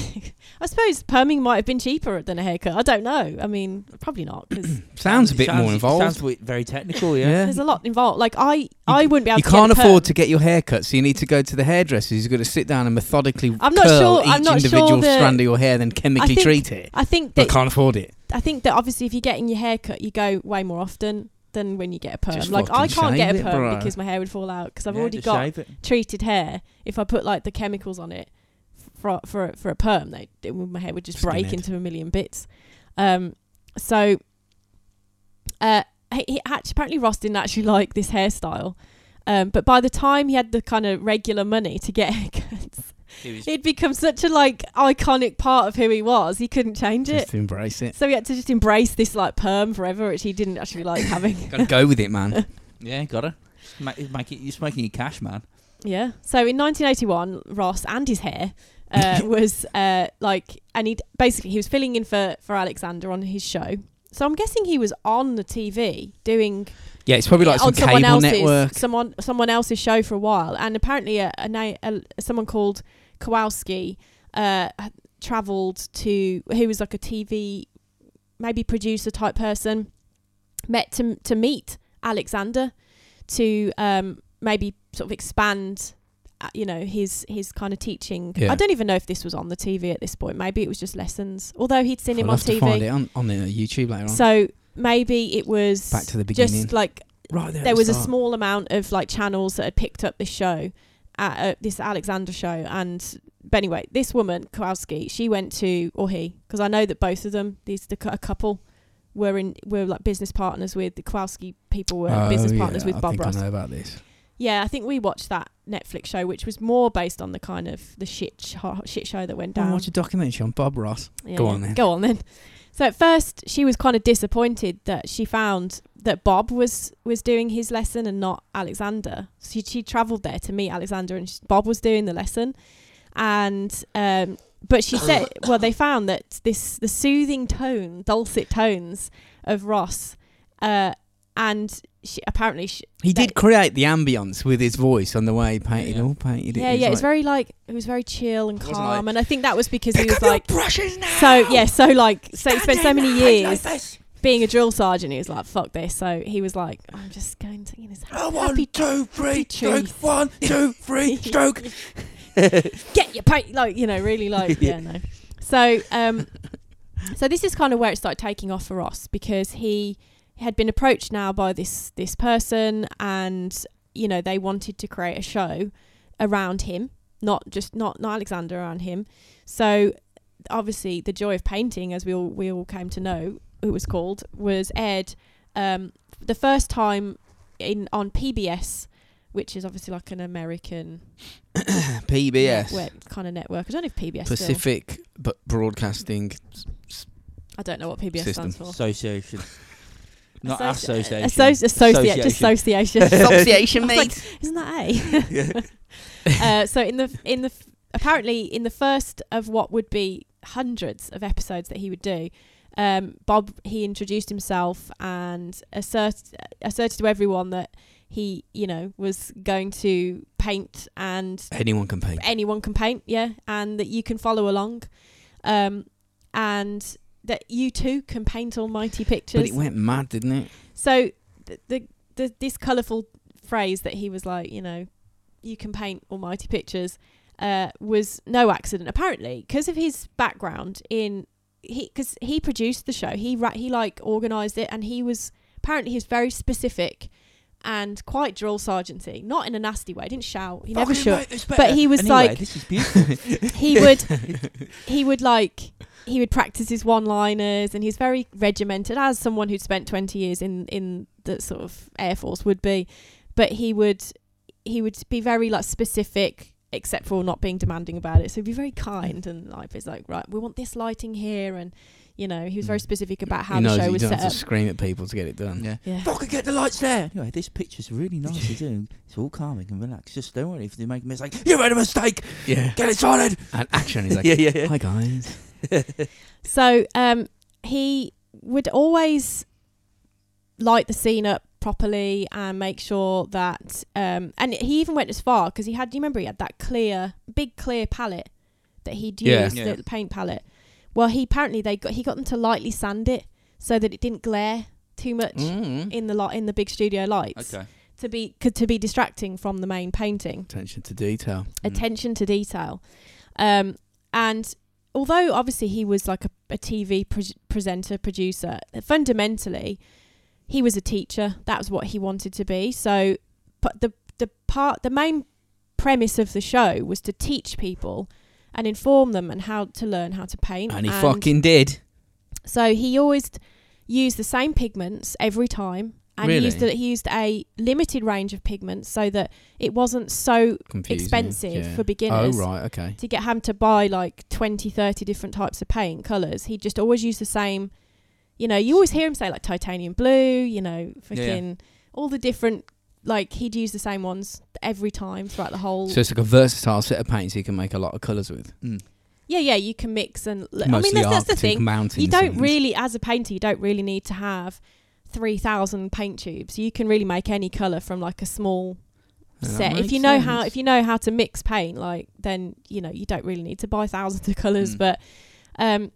Speaker 4: I suppose perming might have been cheaper than a haircut. I don't know. I mean, probably not because
Speaker 2: sounds a bit more
Speaker 3: Sounds
Speaker 2: involved.
Speaker 3: wi- very technical, yeah.
Speaker 2: yeah.
Speaker 4: there's a lot involved. Like I, I wouldn't be able.
Speaker 2: You
Speaker 4: to get
Speaker 2: can't
Speaker 4: a perm.
Speaker 2: afford to get your hair cut, so you need to go to the hairdresser. who's got to sit down and methodically
Speaker 4: I'm not
Speaker 2: curl
Speaker 4: sure-
Speaker 2: each
Speaker 4: I'm not sure
Speaker 2: individual
Speaker 4: that-
Speaker 2: strand of your hair, then chemically
Speaker 4: think
Speaker 2: treat it.
Speaker 4: I think
Speaker 2: But
Speaker 4: that
Speaker 2: can't afford it.
Speaker 4: I think that obviously if you're getting your hair cut, you go way more often than when you get a perm.
Speaker 2: Just
Speaker 4: like I
Speaker 2: fucking
Speaker 4: can't get a
Speaker 2: shave it,
Speaker 4: perm
Speaker 2: bro.
Speaker 4: because my hair would fall out because I've
Speaker 3: Yeah,
Speaker 4: already
Speaker 3: just
Speaker 4: got
Speaker 3: shave it.
Speaker 4: treated hair. If I put like the chemicals on it for for for a perm, they it, would- my hair would just break
Speaker 2: Skinhead.
Speaker 4: into a million bits. Um, so uh, he, he actually, apparently Ross didn't actually like this hairstyle. Um, but by the time he had the kind of regular money to get haircuts,
Speaker 3: It was-
Speaker 4: it'd become such a like iconic part of who he was. He couldn't change it.
Speaker 2: Just to embrace it.
Speaker 4: So he had to just embrace this like perm forever, which he didn't actually like having.
Speaker 2: Gotta go with it, man.
Speaker 3: yeah, gotta. Just ma- make it- You're just making your cash, man.
Speaker 4: yeah. So in 1981, Ross and his hair uh, was uh, like, and he basically he was filling in for for Alexander on his show. So I'm guessing he was on the TV doing
Speaker 2: Yeah, it's probably like some
Speaker 4: on Oh, someone
Speaker 2: cable
Speaker 4: else's
Speaker 2: network.
Speaker 4: someone someone else's show for a while, and apparently a, a, na- a someone called Kowalski uh, travelled to who was like a TV maybe producer type person met to to meet Alexander to um, maybe sort of expand uh, you know his his kind of teaching.
Speaker 2: Yeah.
Speaker 4: I don't even know if this was on the TV at this point. Maybe it was just lessons. Although he'd seen
Speaker 2: I'll
Speaker 4: him on
Speaker 2: have to find
Speaker 4: TV,
Speaker 2: it on, on the YouTube later on.
Speaker 4: so maybe it was
Speaker 2: Back to the beginning.
Speaker 4: just like
Speaker 2: right there. at
Speaker 4: there
Speaker 2: the
Speaker 4: was a
Speaker 2: start.
Speaker 4: small amount of like channels that had picked up this show, uh, uh, this Alexander show, and but anyway, this woman Kowalski, she went to or he, because I know that both of them, these the, cou- a couple, were in were like business partners with the Kowalski people were
Speaker 2: Oh,
Speaker 4: business
Speaker 2: yeah,
Speaker 4: partners with
Speaker 2: I
Speaker 4: Bob
Speaker 2: think
Speaker 4: Ross.
Speaker 2: I know about this.
Speaker 4: Yeah, I think we watched that Netflix show, which was more based on the kind of the shit sh- shit show that went
Speaker 2: Go and
Speaker 4: down.
Speaker 2: watch a documentary on Bob Ross.
Speaker 4: Yeah,
Speaker 2: Go
Speaker 4: yeah.
Speaker 2: on then.
Speaker 4: Go on then. So at first she was kind of disappointed that she found that Bob was was doing his lesson and not Alexander. She she travelled there to meet Alexander and sh Bob was doing the lesson, and um, but she said, well, they found that this the soothing tone, dulcet tones of Ross, uh, and she apparently she,
Speaker 2: He
Speaker 4: They-
Speaker 2: did create the ambience with his voice on the way he painted
Speaker 3: Yeah.
Speaker 2: all painted.
Speaker 4: yeah
Speaker 2: it
Speaker 4: yeah it was
Speaker 2: like,
Speaker 4: very like it was very chill and
Speaker 2: It wasn't
Speaker 4: calm,
Speaker 2: like,
Speaker 4: and I think that was because he
Speaker 2: "Pick
Speaker 4: was
Speaker 2: up your
Speaker 4: like
Speaker 2: brushes now.
Speaker 4: so yeah so like so he
Speaker 2: Stand
Speaker 4: spent so
Speaker 2: in
Speaker 4: many
Speaker 2: the
Speaker 4: years.
Speaker 2: light like this.
Speaker 4: being a drill sergeant, he was like, "Fuck this!" So he was like, "I'm just going to, you know,
Speaker 2: Oh,
Speaker 4: happy,
Speaker 2: one, two, three,
Speaker 4: happy
Speaker 2: stroke.
Speaker 4: trees.
Speaker 2: One, two, three, stroke.
Speaker 4: get your pay," like you know, really like, yeah, no. So, um, so this is kind of where it started taking off for Ross because he had been approached now by this this person, and you know, they wanted to create a show around him, not just not not Alexander around him. So, obviously, the joy of painting, as we all we all came to know, it was called, was aired um, the first time in on PBS, which is obviously like an American
Speaker 2: PBS.
Speaker 4: network, kind of network. I don't know if PBS still.
Speaker 2: Pacific but Broadcasting.
Speaker 4: I don't know what PBS
Speaker 2: System.
Speaker 4: stands for.
Speaker 3: Association. Not
Speaker 4: Oh. Associ-
Speaker 3: association.
Speaker 4: Associ- associate, dissociation.
Speaker 2: Association,
Speaker 4: I was like,
Speaker 2: mate.
Speaker 4: Isn't that A? uh, so in the in the f- apparently in the first of what would be hundreds of episodes that he would do, um, Bob he introduced himself and asserted asserted to everyone that he you know was going to paint and
Speaker 2: Anyone can paint.
Speaker 4: anyone can paint, yeah, and that you can follow along, um, and that you too can paint almighty
Speaker 2: But
Speaker 4: pictures.
Speaker 2: it went mad, didn't it?
Speaker 4: So the, the, the this colourful phrase that he was like, you know, you can paint almighty pictures, uh, was no accident apparently because of his background in he because he produced the show he ra- he like organised it and he was apparently he's very specific and quite drill sergeanty, not in a nasty way. Didn't shout. He never should. he was
Speaker 3: Anyway,
Speaker 4: like-
Speaker 3: "This is beautiful."
Speaker 4: He would. he would like. He would practice his one-liners, and he's very regimented, as someone who'd spent twenty years in in the sort of air force would be. But he would. He would be very like specific, except for not being demanding about it. So he'd be very kind, and like, it's like, right, we want this lighting here, and you know, he was very
Speaker 3: Mm.
Speaker 4: specific about how
Speaker 2: he knows
Speaker 4: the show
Speaker 2: you
Speaker 4: was
Speaker 2: don't
Speaker 4: set
Speaker 2: have
Speaker 4: up.
Speaker 2: to scream at people to get it done.
Speaker 3: yeah.
Speaker 4: yeah.
Speaker 3: Fucking get the lights there. Anyway, this picture's really nice. It's doing. It's all calming and relaxed. Just don't worry if they make a mistake. You made a mistake.
Speaker 2: Yeah.
Speaker 3: Get it sorted.
Speaker 2: And action is like,
Speaker 3: yeah, yeah, yeah.
Speaker 2: hi guys.
Speaker 4: So um, he would always light the scene up properly and make sure that. Um, and he even went as far because he had. Do you remember he had that clear, big clear palette that he'd
Speaker 2: Yeah.
Speaker 4: used,
Speaker 3: Yeah.
Speaker 4: the paint palette. Well, he apparently they got he got them to lightly sand it so that it didn't glare too much
Speaker 2: Mm.
Speaker 4: in the lot in the big studio lights
Speaker 3: Okay.
Speaker 4: to be could to be distracting from the main painting
Speaker 2: Attention to detail.
Speaker 3: Mm.
Speaker 4: attention to detail. Um, and although obviously he was like a, a TV pre- presenter, producer, fundamentally he was a teacher. That was what he wanted to be. So, but the the part the main premise of the show was to teach people and inform them and how to learn how to paint.
Speaker 2: And he fucking did.
Speaker 4: So he always t- used the same pigments every time. And
Speaker 2: Really?
Speaker 4: he used a, he used a limited range of pigments so that it wasn't so
Speaker 2: Confusing.
Speaker 4: expensive
Speaker 2: yeah.
Speaker 4: for beginners
Speaker 2: Oh, right, okay.
Speaker 4: to get him to buy like 20 30 different types of paint colors he just always used the same you know you always hear him say like titanium blue you know
Speaker 3: Yeah, yeah.
Speaker 4: freaking all the different like he'd use the same ones every time throughout the whole
Speaker 2: So it's like a versatile set of paints you can make a lot of colours with. Hmm.
Speaker 4: yeah yeah you can mix and look. i
Speaker 2: Mostly
Speaker 4: mean that's, that's the
Speaker 2: Arctic
Speaker 4: thing
Speaker 2: mountain
Speaker 4: you don't
Speaker 2: scenes.
Speaker 4: really as a painter you don't really need to have 3000 paint tubes you can really make any color from like a small
Speaker 2: Yeah, that
Speaker 4: set if
Speaker 2: makes
Speaker 4: you know how
Speaker 2: sense.
Speaker 4: if you know how to mix paint like then you know you don't really need to buy thousands of colors
Speaker 3: Mm.
Speaker 4: but um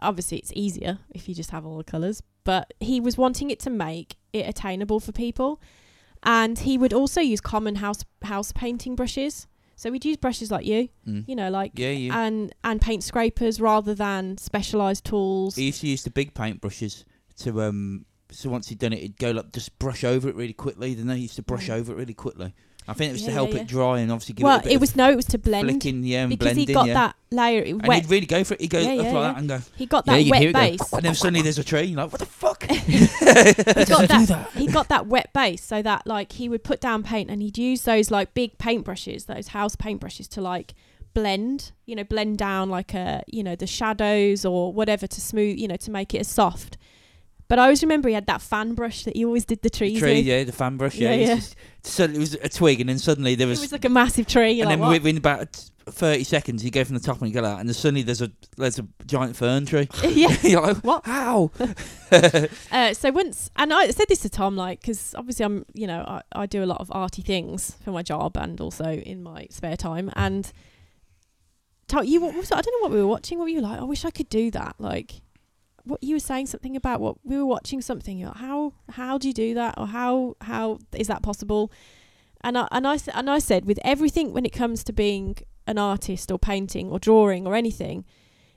Speaker 4: obviously it's easier if you just have all the colors but he was wanting it to make it attainable for people and he would also use common house house painting brushes so we'd use brushes like you
Speaker 3: Mm.
Speaker 4: you know uh, like
Speaker 3: Yeah, you.
Speaker 4: and and paint scrapers rather than specialized tools
Speaker 3: He used to use the big paint brushes to um. So once he'd done it, he'd go like just brush over it really quickly. Then they used to brush
Speaker 4: Mm.
Speaker 3: over it really quickly. I think it was
Speaker 4: Yeah,
Speaker 3: to
Speaker 4: yeah,
Speaker 3: help
Speaker 4: yeah.
Speaker 3: it dry and obviously give
Speaker 4: well
Speaker 3: it a
Speaker 4: it,
Speaker 3: bit of
Speaker 4: was no it was to blend
Speaker 3: flicking, yeah, and
Speaker 4: because he
Speaker 3: blending,
Speaker 4: got
Speaker 3: yeah.
Speaker 4: that layer it
Speaker 3: And
Speaker 4: wet
Speaker 3: he'd really go for it. He'd go
Speaker 4: Yeah,
Speaker 3: up
Speaker 4: yeah,
Speaker 3: like
Speaker 4: yeah.
Speaker 3: that and go.
Speaker 4: he got
Speaker 2: Yeah,
Speaker 4: that
Speaker 2: you'd hear
Speaker 4: wet
Speaker 2: it go,
Speaker 4: base
Speaker 3: And then suddenly there's a tree. You're like, what the fuck?
Speaker 4: he got
Speaker 2: do
Speaker 4: that, he got that wet base so that like he would put down paint and he'd use those like big paintbrushes those house paintbrushes to like blend you know blend down like a you know the shadows or whatever to smooth you know to make it as soft but I always remember he had that fan brush that he always did the trees
Speaker 3: tree,
Speaker 4: with.
Speaker 3: yeah, the fan brush,
Speaker 4: Yeah,
Speaker 3: yeah. it's
Speaker 4: yeah.
Speaker 3: Just, suddenly it was a twig, and then suddenly there
Speaker 4: It
Speaker 3: was,
Speaker 4: was like a massive tree. You're
Speaker 3: and then
Speaker 4: like, what?
Speaker 3: within about thirty seconds, you go from the top and you go out, and then suddenly there's a there's a giant fern tree.
Speaker 4: yeah.
Speaker 3: You're like,
Speaker 4: What?
Speaker 3: How?
Speaker 4: Uh, so once, and I said this to Tom, like, because obviously I'm, you know, I, I do a lot of arty things for my job and also in my spare time. And Tom, you, what was, I don't know what we were watching. What were you like? I wish I could do that. Like, what you were saying something about what we were watching something. You're like, how how do you do that, or how how is that possible? And I and I s- and I said with everything when it comes to being an artist or painting or drawing or anything,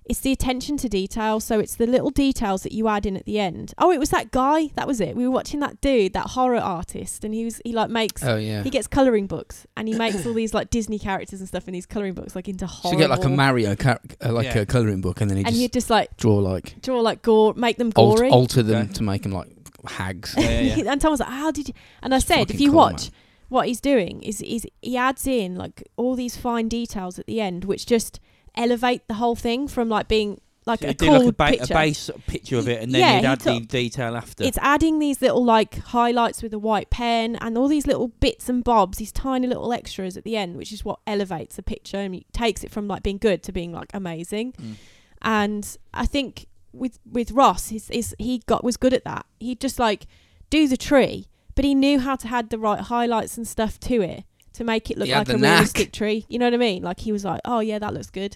Speaker 4: it's the attention to detail. So it's the little details that you add in at the end. Oh, it was that guy. That was it. We were watching that dude, that horror artist, and he was he like makes.
Speaker 2: Oh, yeah.
Speaker 4: He gets colouring books and he makes all these like Disney characters and stuff in these colouring books, like into
Speaker 2: So
Speaker 4: horror.
Speaker 2: you get like a Mario, car- uh, like
Speaker 3: Yeah.
Speaker 2: a colouring book, and then he
Speaker 4: and
Speaker 2: just
Speaker 4: you just like
Speaker 2: draw like,
Speaker 4: draw like gore, make them
Speaker 2: alt-
Speaker 4: gory.
Speaker 2: alter them
Speaker 3: Okay.
Speaker 2: to make them like hags.
Speaker 3: Yeah, yeah,
Speaker 4: and Tom was like, "How did you?" And I
Speaker 2: It's
Speaker 4: said,
Speaker 2: fucking
Speaker 4: "If you
Speaker 2: cool,
Speaker 4: watch,
Speaker 2: man.
Speaker 4: what he's doing is is he adds in like all these fine details at the end, which just elevate the whole thing from like being like
Speaker 3: So
Speaker 4: a
Speaker 3: you
Speaker 4: cool
Speaker 3: do like a, ba-
Speaker 4: picture.
Speaker 3: a base sort of picture of it, and then
Speaker 4: Yeah,
Speaker 3: you'd
Speaker 4: he
Speaker 3: add the
Speaker 4: took-
Speaker 3: detail after.
Speaker 4: It's adding these little like highlights with a white pen and all these little bits and bobs, these tiny little extras at the end, which is what elevates the picture and it takes it from like being good to being like amazing.
Speaker 3: Mm.
Speaker 4: And I think with with Ross, his, his, he got was good at that. He just like do the tree, but he knew how to add the right highlights and stuff to it to make it look
Speaker 2: He had
Speaker 4: like a
Speaker 2: the knack.
Speaker 4: realistic tree. You know what I mean? Like he was like, oh yeah, that looks good.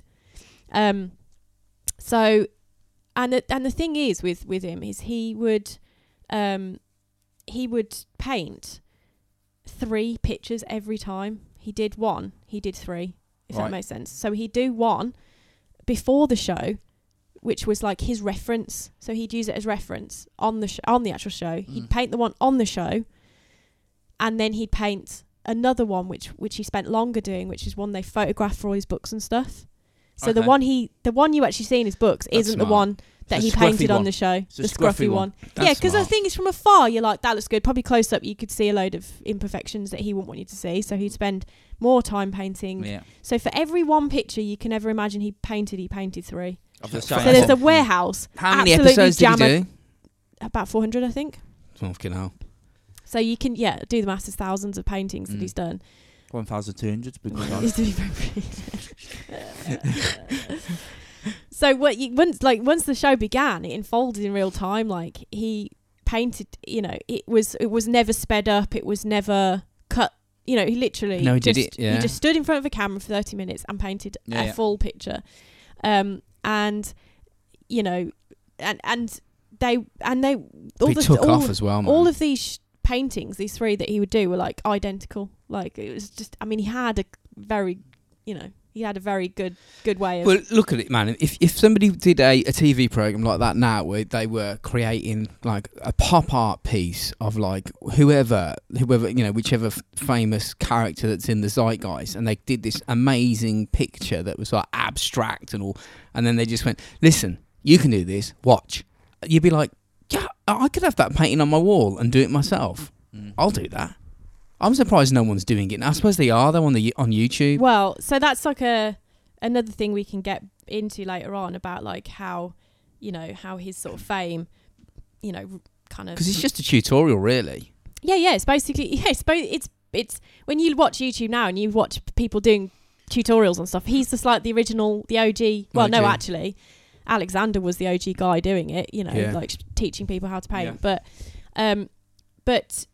Speaker 4: Um, so, and the, and the thing is with with him is he would, um, he would paint three pictures every time. He did one. He did three. If that
Speaker 3: Right.
Speaker 4: makes sense. So he'd do one before the show, which was like his reference. So he'd use it as reference on the sh- on the actual show. He'd
Speaker 3: Mm.
Speaker 4: paint the one on the show, and then he'd paint another one which which he spent longer doing which is one they photographed for all his books and stuff so the
Speaker 2: Okay.
Speaker 4: one he the one you actually see in his books
Speaker 2: That's
Speaker 4: isn't
Speaker 2: smart.
Speaker 4: the one that
Speaker 2: It's a
Speaker 4: he
Speaker 2: scruffy
Speaker 4: painted
Speaker 2: one.
Speaker 4: on the show
Speaker 2: It's a
Speaker 4: the
Speaker 2: scruffy
Speaker 4: scruffy
Speaker 2: one.
Speaker 4: one Yeah, 'cause the thing is, from afar, you're like, that looks good. Probably close up, you could see a load of imperfections that he wouldn't want you to see. So he'd spend more time painting.
Speaker 3: Yeah.
Speaker 4: So for every one picture you can ever imagine he painted, he painted three.
Speaker 3: Of the
Speaker 2: So
Speaker 4: So
Speaker 3: same.
Speaker 4: there's the warehouse,
Speaker 2: How many
Speaker 4: absolutely
Speaker 2: episodes did you
Speaker 4: jammer-
Speaker 2: do? Oh,
Speaker 4: about 400, I think.
Speaker 2: Fucking hell.
Speaker 4: So you can, yeah, do the maths. There's thousands of paintings
Speaker 3: Mm.
Speaker 4: that he's done.
Speaker 3: 1,200 's been going on.
Speaker 4: It's to be very- so what you once like once the show began, it unfolded in real time. Like he painted, you know, it was it was never sped up. It was never cut. You know, he literally
Speaker 2: No, he did
Speaker 4: just,
Speaker 2: it, yeah.
Speaker 4: He just stood in front of a camera for thirty minutes and painted
Speaker 3: Yeah,
Speaker 4: a
Speaker 3: yeah.
Speaker 4: full picture. Um, and you know, and and they and they all
Speaker 2: They
Speaker 4: the
Speaker 2: took
Speaker 4: all,
Speaker 2: off as well, man.
Speaker 4: all of these sh- paintings, these three that he would do, were like identical. Like it was just, I mean, he had a very, you know, he had a very good, good way of.
Speaker 2: well, look at it, man. If if somebody did a, a TV program like that now, where they were creating like a pop art piece of like whoever, whoever you know, whichever f- famous character that's in the zeitgeist, and they did this amazing picture that was like abstract and all, and then they just went, "Listen, you can do this. Watch." You'd be like, "Yeah, I I could have that painting on my wall and do it myself.
Speaker 3: Mm.
Speaker 2: I'll do that." I'm surprised no one's doing it. Now, I suppose they are though on the on YouTube.
Speaker 4: well, so that's like a another thing we can get into later on about like how, you know, how his sort of fame, you know, r- kind of.
Speaker 2: Because it's just a tutorial, really.
Speaker 4: Yeah, yeah. It's basically yeah. It's both. It's it's when you watch YouTube now and you watch people doing tutorials and stuff. He's just like the original, the OG. Well, no,
Speaker 2: OG.
Speaker 4: actually, Alexander was the OG guy doing it. You know,
Speaker 2: Yeah.
Speaker 4: like sh- teaching people how to
Speaker 3: Yeah.
Speaker 4: paint. But, um, but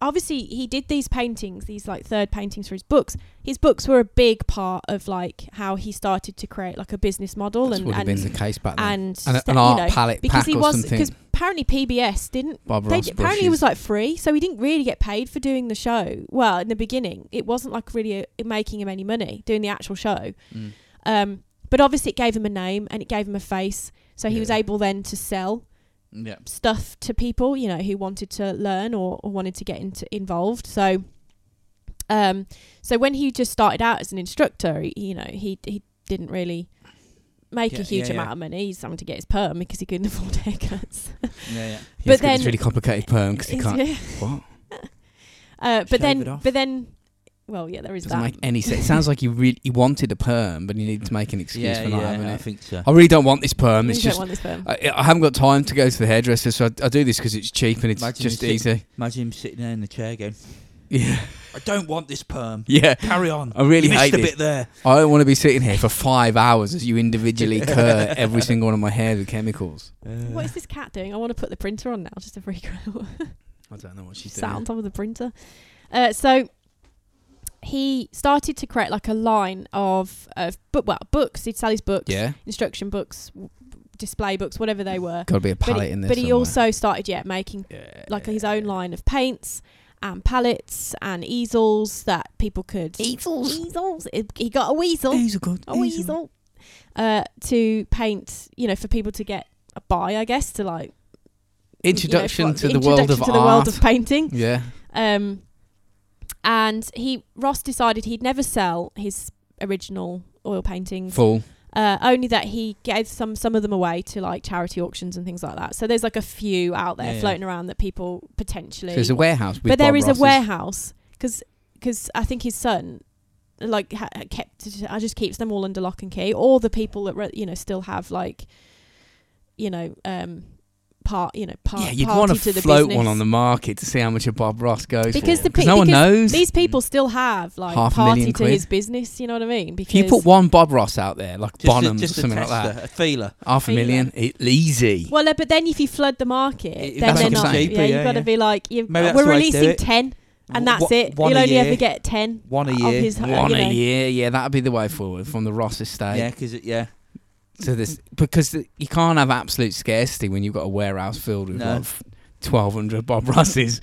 Speaker 4: obviously he did these paintings, these like third paintings for his books. His books were a big part of like how he started to create like a business model
Speaker 2: That's
Speaker 4: and
Speaker 2: would have
Speaker 4: and
Speaker 2: been the case back then.
Speaker 4: and
Speaker 2: And
Speaker 4: st-
Speaker 2: an
Speaker 4: you
Speaker 2: art
Speaker 4: know,
Speaker 2: palette
Speaker 4: because
Speaker 2: pack
Speaker 4: he
Speaker 2: or
Speaker 4: was
Speaker 2: something.
Speaker 4: because apparently PBS didn't
Speaker 2: Bob
Speaker 4: they
Speaker 2: Ross
Speaker 4: d- apparently it was
Speaker 2: brushes.
Speaker 4: like free, so he didn't really get paid for doing the show. Well, in the beginning, it wasn't like really uh making him any money doing the actual show.
Speaker 3: Mm.
Speaker 4: Um, but obviously, it gave him a name and it gave him a face, so he was
Speaker 2: Yeah.
Speaker 4: able then to sell
Speaker 3: Yeah.
Speaker 4: stuff to people, you know, who wanted to learn or, or wanted to get into involved. So, um, so when he just started out as an instructor, he, you know, he he didn't really make
Speaker 3: Yeah,
Speaker 4: a huge
Speaker 3: yeah, yeah.
Speaker 4: amount of money. He's having to get his perm because he couldn't afford haircuts.
Speaker 3: Yeah, yeah.
Speaker 2: He has got
Speaker 4: but
Speaker 2: this
Speaker 4: then-
Speaker 2: really complicated poem because he
Speaker 4: It's-
Speaker 2: can't.
Speaker 4: yeah.
Speaker 2: What
Speaker 4: Uh,
Speaker 3: Shave
Speaker 4: but
Speaker 3: it
Speaker 4: then,
Speaker 3: off.
Speaker 4: but then, well, yeah, there is
Speaker 2: doesn't
Speaker 4: that.
Speaker 2: make any sense. It sounds like he really he wanted a perm, but he needed to make an excuse
Speaker 3: yeah,
Speaker 2: for not having
Speaker 3: I
Speaker 2: it. Oh.
Speaker 3: think so.
Speaker 2: I really don't want this perm.
Speaker 4: You
Speaker 2: It's
Speaker 4: don't
Speaker 2: just
Speaker 4: want this firm.
Speaker 2: I, I haven't got time to go to the hairdresser, so I, I do this because it's cheap and it's
Speaker 3: Imagine
Speaker 2: just
Speaker 3: you sit-
Speaker 2: easy.
Speaker 3: Imagine him sitting there in the chair going,
Speaker 2: Yeah,
Speaker 3: I don't want this perm.
Speaker 2: yeah.
Speaker 3: Carry on.
Speaker 2: I really
Speaker 3: You missed
Speaker 2: hate
Speaker 3: a
Speaker 2: this.
Speaker 3: bit there.
Speaker 2: I don't want to be sitting here for five hours as you individually cur every single one of my hair with chemicals.
Speaker 4: What is this cat doing? I want to put the printer on now, just to freak her out.
Speaker 2: I don't know what she's
Speaker 4: Sat on
Speaker 2: doing.
Speaker 4: top of the printer. Uh, so he started to create like a line of of book, well, books. He'd sell his books,
Speaker 2: Yeah,
Speaker 4: instruction books, w- display books, whatever they were.
Speaker 2: got to be a
Speaker 4: But,
Speaker 2: palette
Speaker 4: he,
Speaker 2: in there.
Speaker 4: but he
Speaker 2: somewhere.
Speaker 4: also started, yeah, making
Speaker 2: Yeah.
Speaker 4: like his own line of paints and palettes and easels that people could
Speaker 2: Easels.
Speaker 4: Easels. He got a weasel.
Speaker 2: These are good.
Speaker 4: a
Speaker 2: these are
Speaker 4: weasel uh, to paint, you know, for people to get a buy, I guess, to like you know,
Speaker 2: introduction
Speaker 4: for-
Speaker 2: to the world of
Speaker 4: introduction to
Speaker 2: art.
Speaker 4: the world of painting.
Speaker 2: yeah,
Speaker 4: Um, and he Ross decided he'd never sell his original oil paintings,
Speaker 2: full.
Speaker 4: uh, only that he gave some some of them away to like charity auctions and things like that. So there's like a few out there
Speaker 3: Yeah, yeah.
Speaker 4: floating around that people
Speaker 2: So
Speaker 4: potentially.
Speaker 2: there's a warehouse. With
Speaker 4: but there
Speaker 2: Bob
Speaker 4: is
Speaker 2: Ross's-
Speaker 4: a warehouse because I think his son like ha- kept I just keeps them all under lock and key. All the people that re- you know still have like you know um part you know part
Speaker 2: Yeah, you'd
Speaker 4: party
Speaker 2: want
Speaker 4: to the
Speaker 2: to float
Speaker 4: business.
Speaker 2: one on the market to see how much a Bob Ross goes
Speaker 4: Because
Speaker 2: for.
Speaker 4: the pe-
Speaker 2: no one
Speaker 4: because
Speaker 2: knows.
Speaker 4: These people still have like
Speaker 2: Half a
Speaker 4: party
Speaker 2: million
Speaker 4: to
Speaker 2: quid.
Speaker 4: his business. You know what I mean? Because
Speaker 2: if you put one Bob Ross out there, like
Speaker 3: Just a-
Speaker 2: Bonhams
Speaker 3: just
Speaker 2: or
Speaker 3: a
Speaker 2: something like
Speaker 3: tester,
Speaker 2: that,
Speaker 3: A feeler.
Speaker 2: half a
Speaker 4: Feeler.
Speaker 2: million, it, easy.
Speaker 4: well, no, but then if you flood the market,
Speaker 3: It- it
Speaker 4: then
Speaker 2: makes
Speaker 4: they're
Speaker 2: it
Speaker 4: not.
Speaker 2: cheaper,
Speaker 4: yeah, you've
Speaker 3: yeah,
Speaker 4: got to
Speaker 3: yeah.
Speaker 4: be like, you
Speaker 3: Maybe that's
Speaker 4: we're
Speaker 3: the way to do
Speaker 4: releasing
Speaker 3: it.
Speaker 4: ten, and that's
Speaker 3: Wha-
Speaker 4: it.
Speaker 3: one
Speaker 4: You'll
Speaker 3: a
Speaker 4: only
Speaker 3: year.
Speaker 4: ever get ten.
Speaker 3: One a
Speaker 4: of
Speaker 3: year.
Speaker 4: his- uh,
Speaker 2: one
Speaker 4: you
Speaker 2: a
Speaker 4: know.
Speaker 2: year, yeah, that'd be the way forward from the Ross estate.
Speaker 3: Yeah, because it, yeah,
Speaker 2: So this because the, you can't have absolute scarcity when you've got a warehouse filled with
Speaker 3: No.
Speaker 2: like twelve hundred Bob Rosses.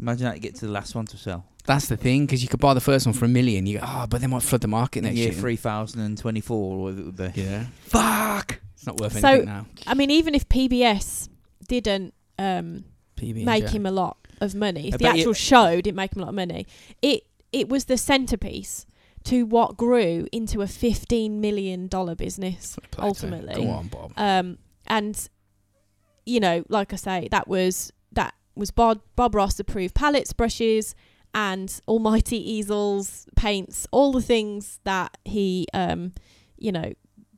Speaker 3: imagine that you get to the last one to sell.
Speaker 2: That's the thing because you could buy the first one for a million. You go, oh, but they might flood the market next
Speaker 3: year
Speaker 2: year.
Speaker 3: 3024 or whatever it would be.
Speaker 2: Yeah. Fuck. It's not worth
Speaker 4: So-
Speaker 2: anything now.
Speaker 4: I mean, even if PBS didn't um,
Speaker 2: PB
Speaker 4: make him a lot of money. If
Speaker 3: I
Speaker 4: the
Speaker 3: bet you-
Speaker 4: actual show didn't make them a lot of money, it it was the centerpiece to what grew into a fifteen million dollar business.
Speaker 2: Plato.
Speaker 4: Ultimately.
Speaker 2: Go on, Bob.
Speaker 4: Um, and you know, like I say, that was that was Bob Bob Ross approved palettes, brushes, and almighty easels, paints, all the things that he, um, you know,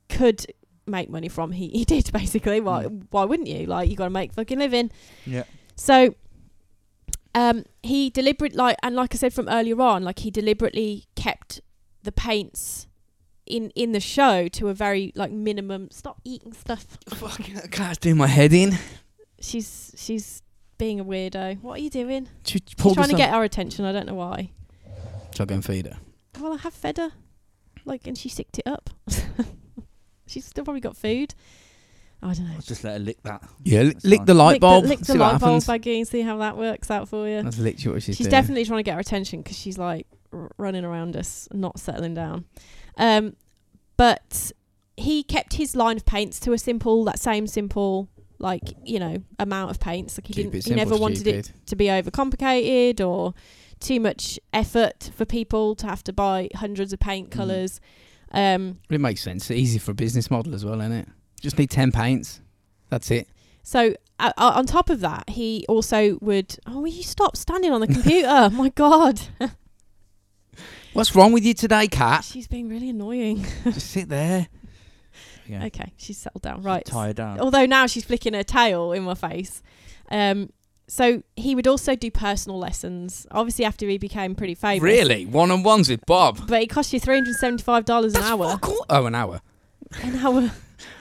Speaker 4: could make money from. He he did basically. Why why wouldn't you? Like you got to make fucking living.
Speaker 3: Mm. Yeah.
Speaker 4: So. Um, he deliberate like and like I said from earlier on, like he deliberately kept the paints in in the show to a very like minimum. Stop eating stuff.
Speaker 2: Fucking, I can't do my head in.
Speaker 4: She's she's being a weirdo. What are you doing?
Speaker 2: She
Speaker 4: She's
Speaker 2: pulled
Speaker 4: trying to
Speaker 2: herself-
Speaker 4: get our attention. I don't know why.
Speaker 2: Shall I go and feed her?
Speaker 4: Well, I have fed her, like, and she sicked it up. she's still probably got food. I don't know.
Speaker 3: I'll just let her lick that.
Speaker 2: Yeah, lick,
Speaker 3: That's
Speaker 2: lick
Speaker 3: fine.
Speaker 2: the light
Speaker 4: lick
Speaker 2: bulb.
Speaker 4: the, lick
Speaker 2: see
Speaker 4: the
Speaker 2: what
Speaker 4: light bulb,
Speaker 2: happens.
Speaker 4: Baggy, and see how that works out for you.
Speaker 2: That's literally what she's,
Speaker 4: She's
Speaker 2: doing.
Speaker 4: definitely trying to get our attention because she's like r- running around us, not settling down. Um, but he kept his line of paints to a simple, that same simple, like you know, amount of paints. Like he
Speaker 2: Keep it
Speaker 4: didn't, he
Speaker 2: simple,
Speaker 4: never wanted
Speaker 2: stupid.
Speaker 4: it to be overcomplicated or too much effort for people to have to buy hundreds of paint
Speaker 3: Mm.
Speaker 4: colours. Um,
Speaker 2: It makes sense. It's easy for a business model as well, isn't it? Just need ten paints. That's it.
Speaker 4: so uh, uh, on top of that, he also would. Oh, will you stop standing on the computer? My God,
Speaker 2: What's wrong with you today, cat?
Speaker 4: she's being really annoying.
Speaker 2: Just sit there.
Speaker 3: Yeah.
Speaker 4: Okay, she's settled down. Right. Oh,
Speaker 3: Tie her down.
Speaker 4: although now she's flicking her tail in my face. Um, so he would also do personal lessons, obviously after he became pretty famous.
Speaker 2: Really, one on ones with Bob.
Speaker 4: But it cost you three hundred seventy-five dollars an
Speaker 2: That's
Speaker 4: hour.
Speaker 2: fuck all- Oh, an hour.
Speaker 4: An hour.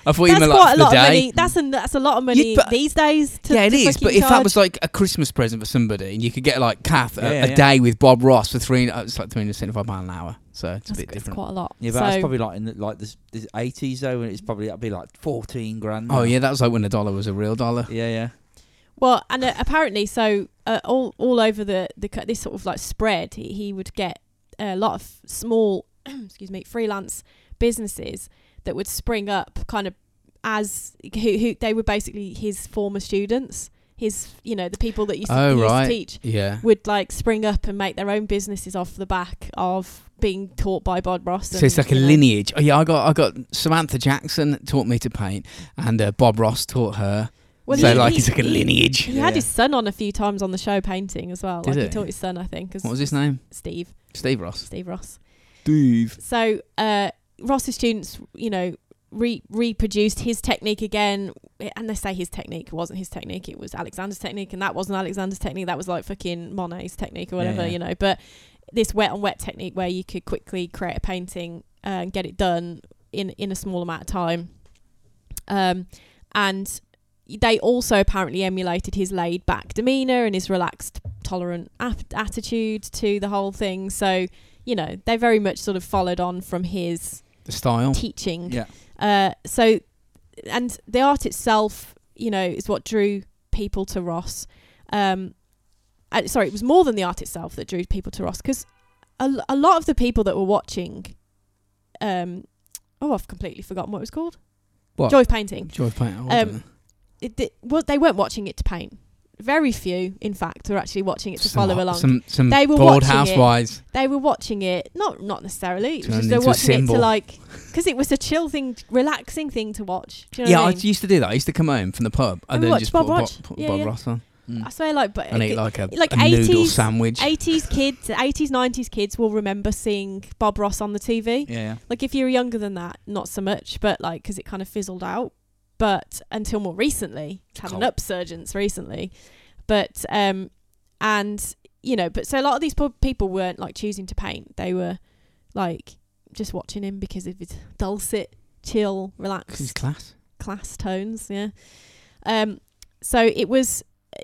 Speaker 2: I thought you
Speaker 4: That's
Speaker 2: meant
Speaker 4: quite
Speaker 2: like
Speaker 4: a
Speaker 2: for the
Speaker 4: lot
Speaker 2: day.
Speaker 4: of money. That's a that's a lot of money
Speaker 2: but-
Speaker 4: these days. To,
Speaker 2: yeah, it
Speaker 4: to
Speaker 2: is.
Speaker 4: fucking
Speaker 2: But if that
Speaker 4: charge.
Speaker 2: was like a Christmas present for somebody, and you could get like Kath a,
Speaker 3: Yeah,
Speaker 2: a
Speaker 3: yeah.
Speaker 2: day with Bob Ross for three, uh, it's like three hundred seventy-five pound an hour. So it's
Speaker 4: that's,
Speaker 2: a bit
Speaker 4: that's
Speaker 2: different.
Speaker 4: quite a lot.
Speaker 3: Yeah, but
Speaker 4: so,
Speaker 3: that's probably like in the, like this this eighties though, and it's probably that'd be like fourteen grand.
Speaker 2: Oh
Speaker 3: now.
Speaker 2: yeah, that was like when a dollar was a real dollar.
Speaker 3: yeah, yeah.
Speaker 4: well, and uh, apparently, so uh, all all over the the co- this sort of like spread, he, he would get a lot of small, excuse me, freelance businesses that would spring up, kind of as who, who they were basically his former students, his you know the people that used to,
Speaker 2: Oh,
Speaker 4: he used to
Speaker 2: right.
Speaker 4: teach
Speaker 2: Yeah.
Speaker 4: would like spring up and make their own businesses off the back of being taught by Bob Ross.
Speaker 2: So it's
Speaker 4: and,
Speaker 2: like a
Speaker 4: you know.
Speaker 2: lineage. Oh yeah, I got I got Samantha Jackson taught me to paint, and uh, Bob Ross taught her.
Speaker 4: Well,
Speaker 2: so
Speaker 4: he-
Speaker 2: like
Speaker 4: he-
Speaker 2: it's like a
Speaker 4: he-
Speaker 2: lineage.
Speaker 4: He had
Speaker 3: Yeah.
Speaker 4: his son on a few times on the show painting as well.
Speaker 2: Did
Speaker 4: like
Speaker 2: he?
Speaker 4: he taught his son, I think, as
Speaker 2: What was his name?
Speaker 4: Steve,
Speaker 2: Steve Ross.
Speaker 4: Steve Ross.
Speaker 2: Steve.
Speaker 4: So uh, Ross's students, you know, re- reproduced his technique again, and they say his technique it wasn't his technique; it was Alexander's technique, and that wasn't Alexander's technique. That was like fucking Monet's technique or
Speaker 3: Yeah,
Speaker 4: whatever,
Speaker 3: yeah.
Speaker 4: you know. But this wet on wet technique, where you could quickly create a painting uh, and get it done in in a small amount of time, um, and they also apparently emulated his laid back demeanor and his relaxed, tolerant ap- attitude to the whole thing. So, you know, they very much sort of followed on from his
Speaker 2: The
Speaker 3: Oh.
Speaker 2: style.
Speaker 4: teaching.
Speaker 3: Yeah.
Speaker 4: Uh, so, and the art itself, you know, is what drew people to Ross. Um, uh, sorry, it was more than the art itself that drew people to Ross because a, l- a lot of the people that were watching, um, oh, I've completely forgotten what it was called.
Speaker 2: What?
Speaker 4: Joy of Painting
Speaker 2: Joy paint. Oh, I
Speaker 4: Um,
Speaker 2: dunno.
Speaker 4: it, it, well, they weren't watching it to paint. Very few, in fact, were actually watching it to
Speaker 2: Some
Speaker 4: follow
Speaker 2: ho-
Speaker 4: along.
Speaker 2: Some some
Speaker 4: They were
Speaker 2: bored
Speaker 4: watching it.
Speaker 2: housewives.
Speaker 4: They were watching it, not not necessarily. It was
Speaker 2: Turned
Speaker 4: just they were
Speaker 2: into a
Speaker 4: watching it to
Speaker 2: symbol.
Speaker 4: like, because it was a chill thing, relaxing thing to watch. Do you know
Speaker 2: yeah, I,
Speaker 4: what I mean?
Speaker 2: used to do that. I used to come home from the pub and,
Speaker 4: And
Speaker 2: then
Speaker 4: watch
Speaker 2: just
Speaker 4: Bob
Speaker 2: put, Bob,
Speaker 4: Ross.
Speaker 2: put
Speaker 4: Yeah,
Speaker 2: Bob
Speaker 4: yeah.
Speaker 2: Ross on
Speaker 3: Mm.
Speaker 4: I swear, like, but
Speaker 2: and eat like a,
Speaker 4: like
Speaker 2: a noodle
Speaker 4: 80s
Speaker 2: sandwich.
Speaker 4: 80s kids, 80s, 90s kids will remember seeing Bob Ross on the TV.
Speaker 3: Yeah, yeah.
Speaker 4: Like, if you were younger than that, not so much, but like, because it kind of fizzled out. But until more recently, it's had an
Speaker 2: Cult.
Speaker 4: upsurgence recently. But, um, and, you know, but so a lot of these po- people weren't like choosing to paint. They were like just watching him because of his dulcet, chill,
Speaker 2: This is
Speaker 4: relaxed
Speaker 2: class.
Speaker 4: class tones. Yeah. Um, so it was.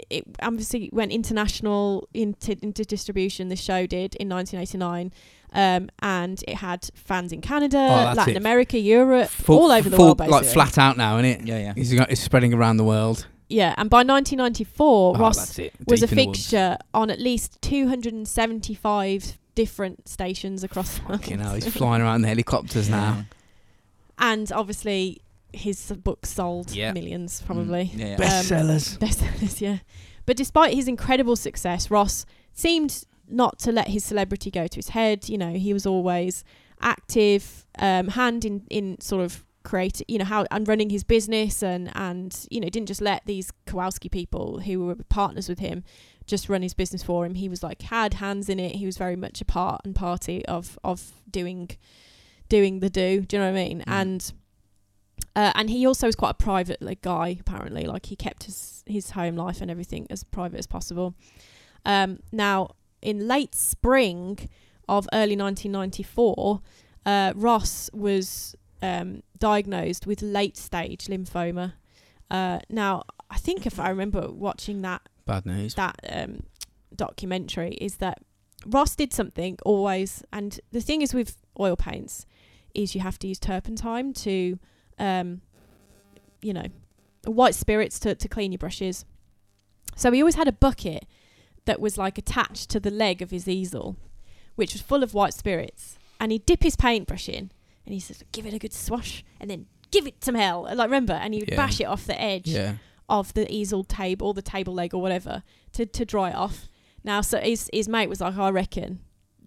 Speaker 4: It obviously went international into, into distribution. This show did in 1989, um, and it had fans in Canada,
Speaker 2: Oh, that's
Speaker 4: Latin
Speaker 2: it.
Speaker 4: America, Europe,
Speaker 2: Full-
Speaker 4: all over the
Speaker 2: full-
Speaker 4: world. Basically.
Speaker 2: Like flat out now, isn't it?
Speaker 3: Yeah, yeah.
Speaker 2: It's, got- it's spreading around the world.
Speaker 4: Yeah, and by 1994,
Speaker 2: Oh,
Speaker 4: Ross
Speaker 2: that's it.
Speaker 4: was a
Speaker 2: Deep in the woods.
Speaker 4: fixture on at least 275 different stations across. the
Speaker 2: Fucking hell,
Speaker 4: world.
Speaker 2: he's flying around in helicopters now.
Speaker 4: and obviously his books sold
Speaker 2: Yeah.
Speaker 4: millions probably.
Speaker 3: Mm, yeah, yeah.
Speaker 4: Best-
Speaker 2: Bestsellers.
Speaker 4: Bestsellers, yeah. But despite his incredible success, Ross seemed not to let his celebrity go to his head. You know, he was always active, um, hand in, in sort of creating, you know, how and running his business and and you know didn't just let these Kowalski people who were partners with him just run his business for him. He was like had hands in it. He was very much a part and party of of doing doing the do. Do you know what I mean?
Speaker 3: Mm.
Speaker 4: And uh, and he also was quite a private like guy. Apparently, like he kept his his home life and everything as private as possible. Um, now, in late spring of early 1994, uh, Ross was um, diagnosed with late stage lymphoma. Uh, now, I think if I remember watching that
Speaker 2: Bad news.
Speaker 4: that um, documentary is that Ross did something always, and the thing is with oil paints is you have to use turpentine to, um, you know, white spirits to, to clean your brushes. So he always had a bucket that was like attached to the leg of his easel, which was full of white spirits, and he'd dip his paintbrush in, and he said, "Give it a good swash," and then give it some hell, like remember, and he would
Speaker 2: Yeah.
Speaker 4: bash it off the edge
Speaker 2: Yeah.
Speaker 4: of the easel table or the table leg or whatever to, to dry it off. Now, so his, his mate was like, I reckon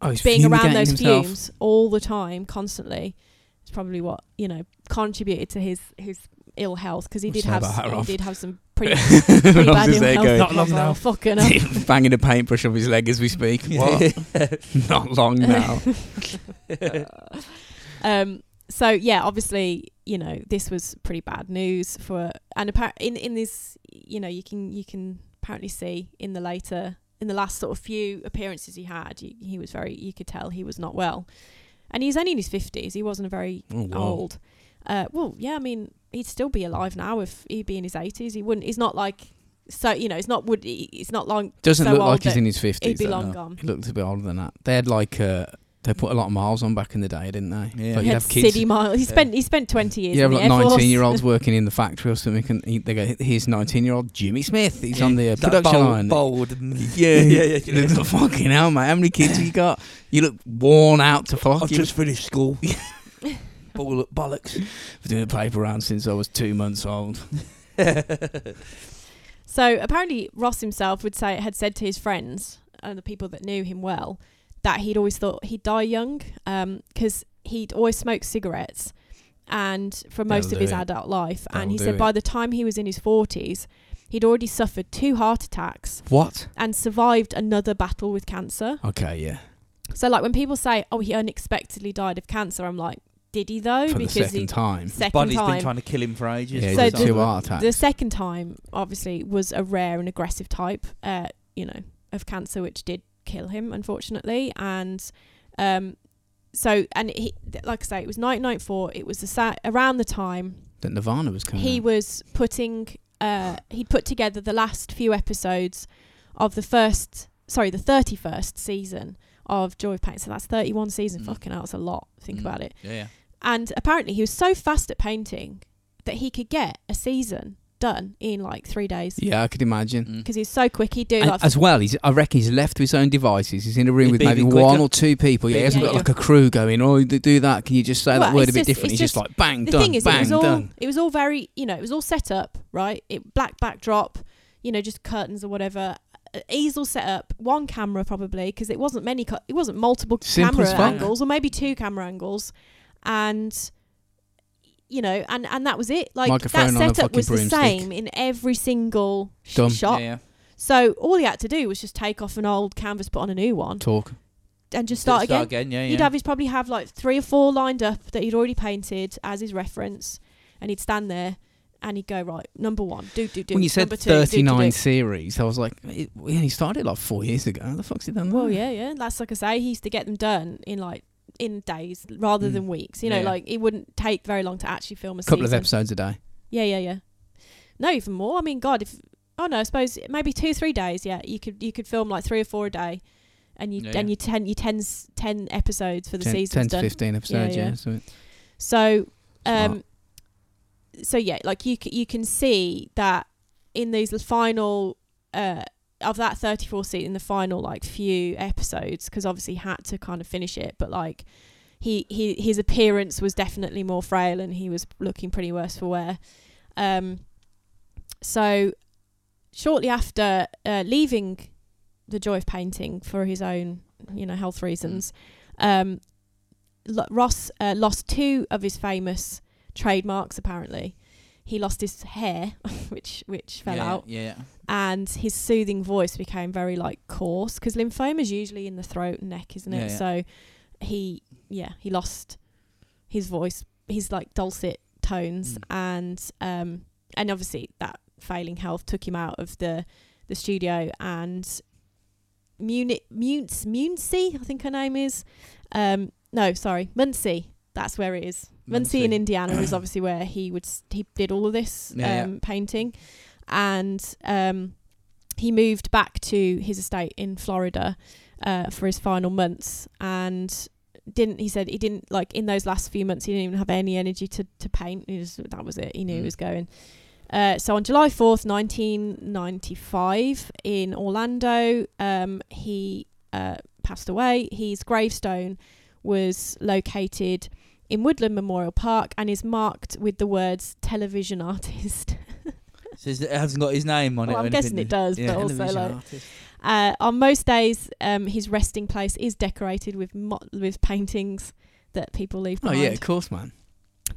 Speaker 2: Oh, he's
Speaker 4: being around
Speaker 2: fumigating
Speaker 4: those
Speaker 2: himself.
Speaker 4: fumes all the time, constantly, it's probably what you know contributed to his his ill health because he
Speaker 2: I'm
Speaker 4: did
Speaker 2: sorry
Speaker 4: have
Speaker 2: about
Speaker 4: s-
Speaker 2: that,
Speaker 4: he
Speaker 2: Ralph.
Speaker 4: did have some pretty, pretty
Speaker 2: Rob's
Speaker 4: bad
Speaker 2: just
Speaker 4: ill
Speaker 2: there
Speaker 4: health.
Speaker 2: going,
Speaker 4: that
Speaker 2: Not long
Speaker 4: was
Speaker 2: now.
Speaker 4: like, Fucking hell.
Speaker 2: banging a paintbrush off his leg as we speak. What? Not long now.
Speaker 4: um, so yeah, obviously, you know, this was pretty bad news for, and appar- in in this, you know, you can you can apparently see in the later in the last sort of few appearances he had, he, he was very, you could tell he was not well, and he's only in his fifties. He wasn't a very
Speaker 2: Oh, wow.
Speaker 4: old. Uh, well, yeah, I mean, he'd still be alive now if he'd be in his eighties. He wouldn't. He's not like so. You know, it's not would. It's not long.
Speaker 2: Doesn't
Speaker 4: so
Speaker 2: look
Speaker 4: old
Speaker 2: like he's
Speaker 4: that
Speaker 2: in his 50s.
Speaker 4: He'd be
Speaker 2: though.
Speaker 4: long
Speaker 3: no.
Speaker 4: gone.
Speaker 2: He looked a bit older than that. They had like, uh, they put a lot of miles on back in the day, didn't they? Like you'd
Speaker 3: Yeah.
Speaker 4: He had
Speaker 2: have kids.
Speaker 4: city miles. He
Speaker 3: Yeah.
Speaker 4: spent he spent twenty years.
Speaker 2: You have
Speaker 4: in
Speaker 2: like
Speaker 4: the Air Force.
Speaker 2: 19 year olds working in the factory or something, and he, they go, Here's 19 year old Jimmy Smith. He's on the uh,
Speaker 3: That
Speaker 2: production
Speaker 3: bold,
Speaker 2: line.
Speaker 3: Bold. mm, Yeah, yeah, yeah.
Speaker 2: Look, fucking hell, mate. How many kids have you got? You look worn out to fuck.
Speaker 3: I've
Speaker 2: You
Speaker 3: just finished school. Ball, bollocks.
Speaker 2: I've been doing paper round since I was two months old.
Speaker 4: So apparently, Ross himself would say had said to his friends and the people that knew him well that he'd always thought he'd die young because he'd always smoked cigarettes and for most
Speaker 2: That'll
Speaker 4: of his
Speaker 2: do it.
Speaker 4: adult life. and
Speaker 2: That'll
Speaker 4: he
Speaker 2: do
Speaker 4: said
Speaker 2: it.
Speaker 4: by the time he was in his forties, he'd already suffered two heart attacks
Speaker 2: What?
Speaker 4: and survived another battle with cancer.
Speaker 2: Okay, yeah.
Speaker 4: So like when people say, "Oh, he unexpectedly died of cancer," I'm like, "Did he though?"
Speaker 2: For the second
Speaker 4: he,
Speaker 2: time.
Speaker 4: second
Speaker 3: Body's
Speaker 4: time.
Speaker 3: been trying to kill him for ages.
Speaker 2: Yeah,
Speaker 4: So
Speaker 2: he did
Speaker 4: the-
Speaker 2: two heart attacks.
Speaker 4: The second time, obviously, was a rare and aggressive type, uh, you know, of cancer, which did kill him, unfortunately. And um, so, and he, th- like I say, it was 1994. It was the sa- around the time
Speaker 2: that Nirvana was coming.
Speaker 4: he
Speaker 2: out.
Speaker 4: was putting, uh, he'd put together the last few episodes of the first, sorry, the 31st season of Joy of Pain. So that's 31 seasons.
Speaker 3: Mm.
Speaker 4: Fucking hell, that's a lot. Think
Speaker 3: Mm.
Speaker 4: about it.
Speaker 3: Yeah, yeah.
Speaker 4: And apparently, he was so fast at painting that he could get a season done in like three days
Speaker 2: yeah, I could imagine.
Speaker 3: Mm.
Speaker 4: because he's so quick. He'd do
Speaker 2: And
Speaker 4: like
Speaker 2: as well, he's, I reckon he's left to his own devices. He's in a room
Speaker 3: He'd
Speaker 2: with
Speaker 3: be
Speaker 2: maybe
Speaker 3: even quicker.
Speaker 2: one or two people. Yeah, he
Speaker 3: Be
Speaker 2: hasn't
Speaker 4: even
Speaker 2: got like a crew going, oh, d- do that. Can you just say
Speaker 4: Well,
Speaker 2: that word
Speaker 4: it's
Speaker 2: a bit
Speaker 4: just-
Speaker 2: different? He's
Speaker 4: it's
Speaker 2: just,
Speaker 4: just-
Speaker 2: like, bang,
Speaker 4: the
Speaker 2: done,
Speaker 4: thing is,
Speaker 2: bang,
Speaker 4: it was all
Speaker 2: done.
Speaker 4: it was all very you know it was all set up right. It black backdrop, you know, just curtains or whatever. A- Easel set up, one camera probably because it wasn't many. cu- it wasn't multiple
Speaker 2: Simple as
Speaker 4: camera
Speaker 2: fuck.
Speaker 4: angles or maybe two camera angles, and you know, and and that was it. Like
Speaker 2: Microphone
Speaker 4: that
Speaker 2: on a
Speaker 4: setup was the
Speaker 2: fucking broomstick.
Speaker 4: same in every single sh-
Speaker 2: Done.
Speaker 4: shot.
Speaker 3: Yeah, yeah.
Speaker 4: So all he had to do was just take off an old canvas, put on a new one,
Speaker 2: Talk.
Speaker 4: and just start, again.
Speaker 3: Yeah, yeah.
Speaker 4: He'd have his probably have like three or four lined up that he'd already painted as his reference, and he'd stand there and he'd go right number one, do do do.
Speaker 2: When you said
Speaker 4: number two, do, do,
Speaker 2: 39
Speaker 4: do."
Speaker 2: series, I was like, it, yeah, he started like four years ago. How the fuck's he done that?
Speaker 4: Well, yeah, yeah. That's like I say, he used to get them done in like in days rather
Speaker 2: Mm.
Speaker 4: than weeks. You know,
Speaker 3: Yeah.
Speaker 4: like it wouldn't take very long to actually film a
Speaker 2: couple of
Speaker 4: season.
Speaker 2: episodes a day.
Speaker 4: Yeah, yeah, yeah. No, even more. I mean, God, if oh no, I suppose maybe two, three days. Yeah, you could you could film like three or four a day, and you
Speaker 3: Yeah,
Speaker 4: and
Speaker 3: yeah.
Speaker 4: you ten you ten s- ten episodes for the
Speaker 2: 10,
Speaker 4: season's
Speaker 2: 10 to
Speaker 4: done.
Speaker 2: 15 episodes, yeah.
Speaker 4: yeah.
Speaker 2: so
Speaker 4: So,
Speaker 2: Smart.
Speaker 4: um, so yeah, like you c- you can see that in these l- final uh of that 34 seat in the final like few episodes because obviously he had to kind of finish it, but like he, he his appearance was definitely more frail and he was looking pretty worse for wear. Um, so shortly after uh, leaving the joy of painting for his own you know health reasons, um, L- Ross uh, lost two of his famous trademarks. Apparently, he lost his hair, which which fell
Speaker 3: yeah,
Speaker 4: out
Speaker 3: Yeah.
Speaker 4: and his soothing voice became very like coarse because lymphoma is usually in the throat and neck isn't it
Speaker 3: Yeah, yeah.
Speaker 4: so he yeah he lost his voice his like dulcet tones
Speaker 3: Mm.
Speaker 4: and um and obviously that failing health took him out of the the studio and Muni- Munz Muncie I think her name is um no sorry Muncie that's where it is Muncie in
Speaker 3: Muncie.
Speaker 4: Indiana is obviously where he would s- he did all of this
Speaker 2: Yeah, yeah.
Speaker 4: um painting and um, he moved back to his estate in Florida uh, for his final months and didn't he said he didn't like in those last few months he didn't even have any energy to to paint he just, that was it he knew he
Speaker 3: Mm.
Speaker 4: was going uh, so on July 4th 1995 in Orlando um, he uh, passed away his gravestone was located in Woodland Memorial Park and is marked with the words television artist
Speaker 3: So is- it hasn't got his name on it.
Speaker 4: well,
Speaker 3: or
Speaker 4: I'm guessing
Speaker 3: anything.
Speaker 4: it does,
Speaker 3: Yeah.
Speaker 4: but also
Speaker 2: Television
Speaker 4: like
Speaker 2: artist.
Speaker 4: uh, on most days, um, his resting place is decorated with mo- with paintings that people leave
Speaker 2: Oh
Speaker 4: behind
Speaker 2: yeah, of course, man.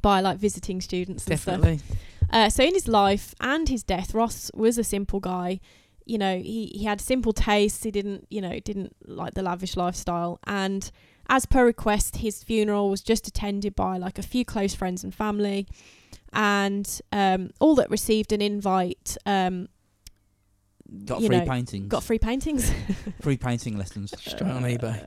Speaker 4: by like visiting students and stuff.
Speaker 2: Definitely.
Speaker 4: Uh, so in his life and his death, Ross was a simple guy. You know, he, he had simple tastes. He didn't, you know, didn't like the lavish lifestyle. And as per request, his funeral was just attended by like a few close friends and family, and um, all that received an invite. Um,
Speaker 3: Got
Speaker 4: you
Speaker 3: free
Speaker 4: know,
Speaker 3: paintings.
Speaker 4: got free paintings.
Speaker 3: free painting lessons.
Speaker 2: Straight on eBay.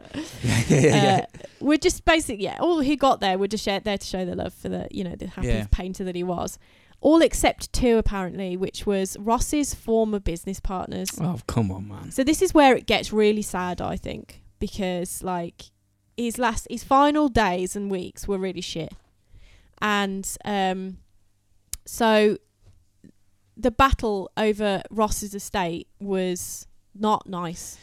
Speaker 3: yeah, yeah, yeah.
Speaker 4: uh, we're just basically yeah all who got there were just share, there to show their love for the you know the happy
Speaker 3: Yeah.
Speaker 4: painter that he was all except two apparently which was ross's former business partners
Speaker 2: Oh come on, man.
Speaker 4: so this is where it gets really sad i think because like his last his final days and weeks were really shit and um so the battle over ross's estate was not nice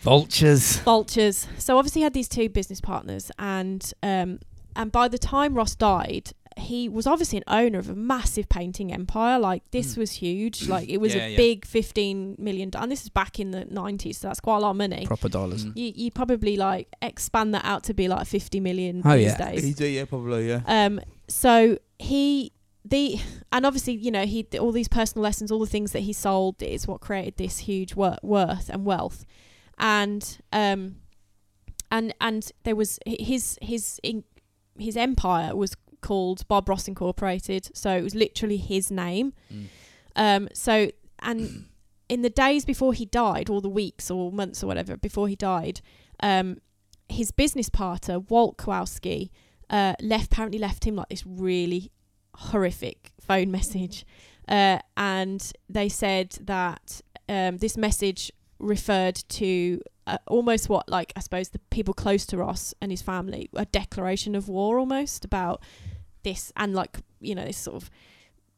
Speaker 2: Vultures.
Speaker 4: vultures. So obviously he had these two business partners, and um, and by the time Ross died, he was obviously an owner of a massive painting empire. Like this
Speaker 2: Mm.
Speaker 4: was huge. Like it was
Speaker 3: Yeah,
Speaker 4: a
Speaker 3: yeah.
Speaker 4: big fifteen million. do- And this is back in the nineties, so that's quite a lot of money.
Speaker 2: Proper dollars.
Speaker 3: Mm.
Speaker 4: you you probably like expand that out to be like fifty million
Speaker 2: Oh,
Speaker 4: these
Speaker 2: yeah.
Speaker 4: days.
Speaker 3: do, yeah, probably, yeah.
Speaker 4: Um, so he the and obviously you know he all these personal lessons, all the things that he sold is what created this huge wor- worth and wealth, and um, and and there was hi- his his in, his empire was called Bob Ross Incorporated, so it was literally his name.
Speaker 3: Mm.
Speaker 4: Um, so and in the days before he died, or the weeks or months or whatever before he died, um, his business partner Walt Kowalski uh, left apparently left him like this really horrific phone message, uh, and they said that um, this message referred to uh, almost what like I suppose the people close to Ross and his family a declaration of war almost about this and like you know this sort of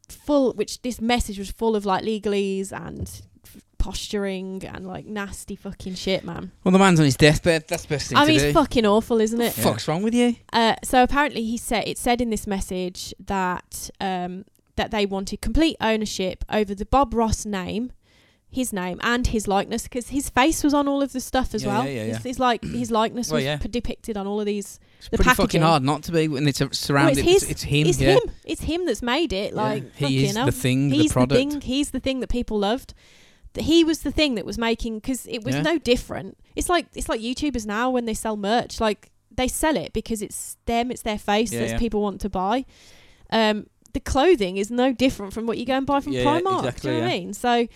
Speaker 4: full which this message was full of like legalese and f- posturing and like nasty fucking shit man
Speaker 2: Well, the man's on his deathbed. That's the best thing
Speaker 4: i
Speaker 2: to
Speaker 4: mean
Speaker 2: do.
Speaker 4: it's fucking awful isn't it
Speaker 2: What the fuck's wrong with you?
Speaker 4: uh, so apparently, he said it said in this message that um, that they wanted complete ownership over the Bob Ross name, his name and his likeness, because his face was on all of the stuff as
Speaker 3: Yeah,
Speaker 4: well.
Speaker 3: yeah, yeah,
Speaker 4: his,
Speaker 3: yeah.
Speaker 4: his like his likeness
Speaker 3: Well,
Speaker 4: was
Speaker 3: yeah.
Speaker 4: p- depicted on all of these.
Speaker 2: It's
Speaker 4: The
Speaker 2: pretty
Speaker 4: packaging.
Speaker 2: fucking hard not to be when it's a- surrounded.
Speaker 4: his-
Speaker 2: it's, it's him.
Speaker 4: it's
Speaker 2: yeah.
Speaker 4: him. It's him that's made it. Like
Speaker 2: he is
Speaker 4: fucking hell.
Speaker 2: the thing, the
Speaker 4: He's the,
Speaker 2: product.
Speaker 4: thing. He's the thing that people loved. Th- He was the thing that was making because it was
Speaker 2: Yeah.
Speaker 4: no different. It's like it's like YouTubers now when they sell merch, like they sell it because it's them, it's their face
Speaker 3: Yeah,
Speaker 4: that
Speaker 3: yeah.
Speaker 4: people want to buy. Um, the clothing is no different from what you go and buy from
Speaker 3: Yeah, yeah,
Speaker 4: Primark.
Speaker 3: exactly,
Speaker 4: do you know what
Speaker 3: yeah.
Speaker 4: I mean? So,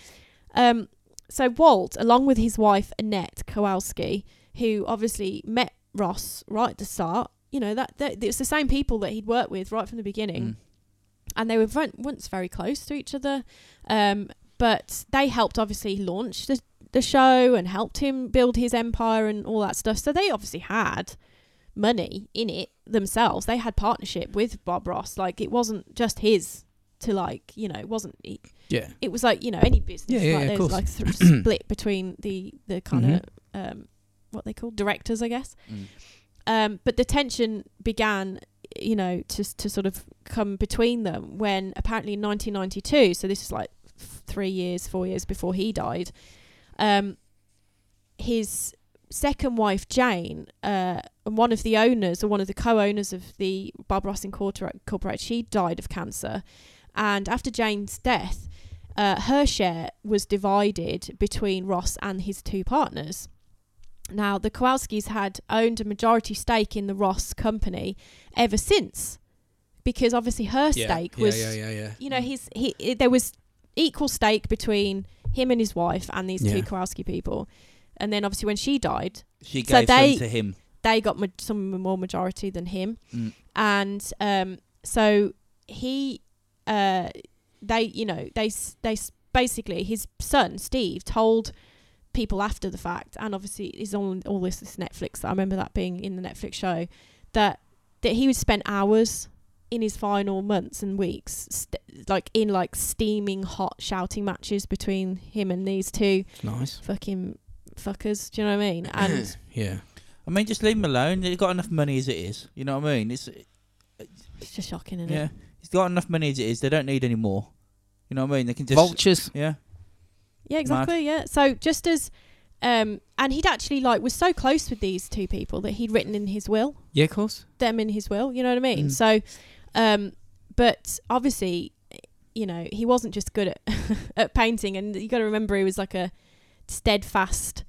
Speaker 4: um, so Walt, along with his wife Annette Kowalski, who obviously met Ross right at the start, you know that, that it's the same people that he'd worked with right from the beginning
Speaker 3: Mm.
Speaker 4: and they were ver- once very close to each other. Um, but they helped obviously launch the the show and helped him build his empire and all that stuff. So they obviously had money in it themselves. They had partnership with Bob Ross. Like it wasn't just his to like you know it wasn't it,
Speaker 2: Yeah.
Speaker 4: it was like you know any business
Speaker 2: Yeah, yeah,
Speaker 4: like
Speaker 2: yeah, of
Speaker 4: there's
Speaker 2: course. Mm-hmm.
Speaker 4: like sort of split between the the kind of um what they call directors I guess
Speaker 3: Mm.
Speaker 4: Um, but the tension began, you know, to s- to sort of come between them when apparently in 1992. So this is like f- three years, four years before he died. Um, his second wife Jane uh, and one of the owners or one of the co-owners of the Barbarossa Corpora- Corporate, she died of cancer, and after Jane's death. Uh, her share was divided between Ross and his two partners. Now, the Kowalskis had owned a majority stake in the Ross company ever since, because obviously her stake was,
Speaker 2: yeah, yeah, yeah.
Speaker 4: you know, his he i- there was equal stake between him and his wife and these
Speaker 2: Yeah.
Speaker 4: two Kowalski people, and then obviously when she died,
Speaker 3: She
Speaker 4: So
Speaker 3: gave
Speaker 4: they-
Speaker 3: some to him.
Speaker 4: they got ma- some more majority than him,
Speaker 3: Mm.
Speaker 4: and um, so he, uh, they, you know, they s- they s- basically his son Steve told people after the fact, and obviously is on all this, this Netflix. I remember that being in the Netflix show that that he would spend hours in his final months and weeks st- like in like steaming hot shouting matches between him and these two
Speaker 2: It's nice.
Speaker 4: fucking fuckers do you know what i mean and
Speaker 2: Yeah.
Speaker 3: I mean, just leave him alone. He's got enough money as it is. You know what I mean? It's
Speaker 4: it's just shocking isn't
Speaker 3: yeah.
Speaker 4: it
Speaker 3: He's got enough money as it is. They don't need any more. You know what I mean? They can just
Speaker 2: Vultures.
Speaker 3: yeah.
Speaker 4: Yeah, exactly. Yeah. So just as, um, and he'd actually like was so close with these two people that he'd written in his will
Speaker 2: Yeah, of course.
Speaker 4: them in his will. You know what I mean?
Speaker 2: Mm.
Speaker 4: So, um, but obviously, you know, he wasn't just good at at painting, and you got to remember he was like a steadfast,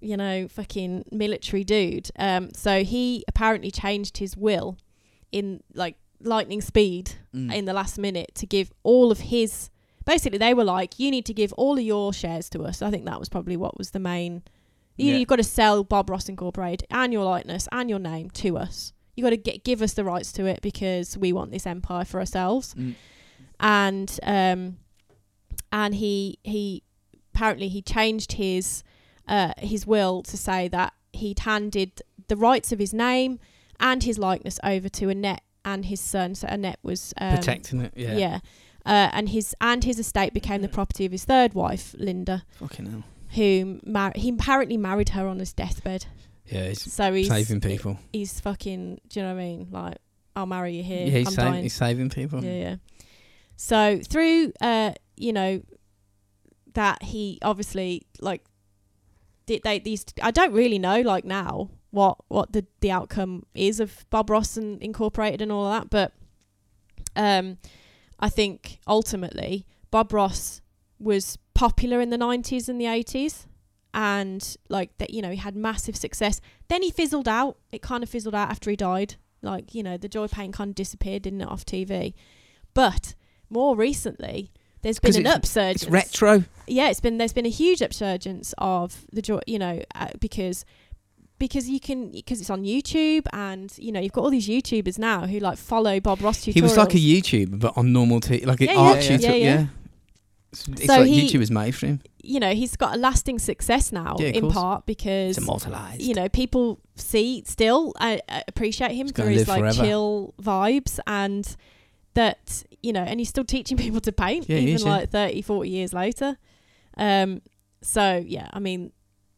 Speaker 4: you know, fucking military dude. Um, so he apparently changed his will in like lightning speed
Speaker 3: Mm.
Speaker 4: in the last minute to give all of his basically they were like you need to give all of your shares to us i think that was probably what was the main you,
Speaker 3: Yeah.
Speaker 4: you've got to sell bob ross incorporated and your likeness and your name to us you got to get give us the rights to it because we want this empire for ourselves
Speaker 3: Mm.
Speaker 4: and um and he he apparently he changed his uh his will to say that he'd handed the rights of his name and his likeness over to Annette and his son. So Annette was um,
Speaker 2: Protecting it. Yeah.
Speaker 4: Yeah. Uh, and his and his estate became the property of his third wife, Linda,
Speaker 2: Fucking hell.
Speaker 4: whom mar- he apparently married her on his deathbed.
Speaker 2: Yeah, he's
Speaker 4: So he's
Speaker 2: saving people.
Speaker 4: He's fucking. Do you know what I mean? Like, I'll marry you here.
Speaker 2: yeah, he's,
Speaker 4: I'm
Speaker 2: saving,
Speaker 4: dying.
Speaker 2: he's saving people.
Speaker 4: Yeah, yeah. So through, uh, you know, that he obviously like did they these. I don't really know like now what what the the outcome is of Bob Ross and Incorporated and all of that, but um, I think ultimately Bob Ross was popular in the nineties and the eighties. And like that, you know, he had massive success. Then he fizzled out. It kind of fizzled out after he died. Like, you know, the joy pain kind of disappeared, didn't it, off TV? But more recently, there's been
Speaker 2: 'Cause
Speaker 4: an
Speaker 2: it's-
Speaker 4: upsurge.
Speaker 2: It's retro.
Speaker 4: Yeah, it's been there's been a huge upsurgence of the joy, you know, uh, because because you can because it's on YouTube and you know you've got all these YouTubers now who like follow Bob Ross tutorials.
Speaker 2: He was like a YouTuber, but on normal t- like an
Speaker 4: Yeah, yeah.
Speaker 2: art
Speaker 3: Yeah,
Speaker 2: tutor.
Speaker 4: yeah,
Speaker 2: Yeah.
Speaker 4: yeah.
Speaker 2: It's, it's
Speaker 4: So
Speaker 2: like
Speaker 4: he-
Speaker 2: YouTubers made for him.
Speaker 4: you know he's got a lasting success now
Speaker 2: Yeah, of
Speaker 4: in
Speaker 2: course.
Speaker 4: part because
Speaker 2: It's immortalized.
Speaker 4: you know people see still uh, uh, appreciate him
Speaker 2: He's
Speaker 4: for
Speaker 2: gonna live
Speaker 4: his like
Speaker 2: forever.
Speaker 4: chill vibes and that you know and he's still teaching people to paint
Speaker 2: Yeah, he
Speaker 4: even
Speaker 2: is, yeah.
Speaker 4: like thirty, forty 30 40 years later um so yeah i mean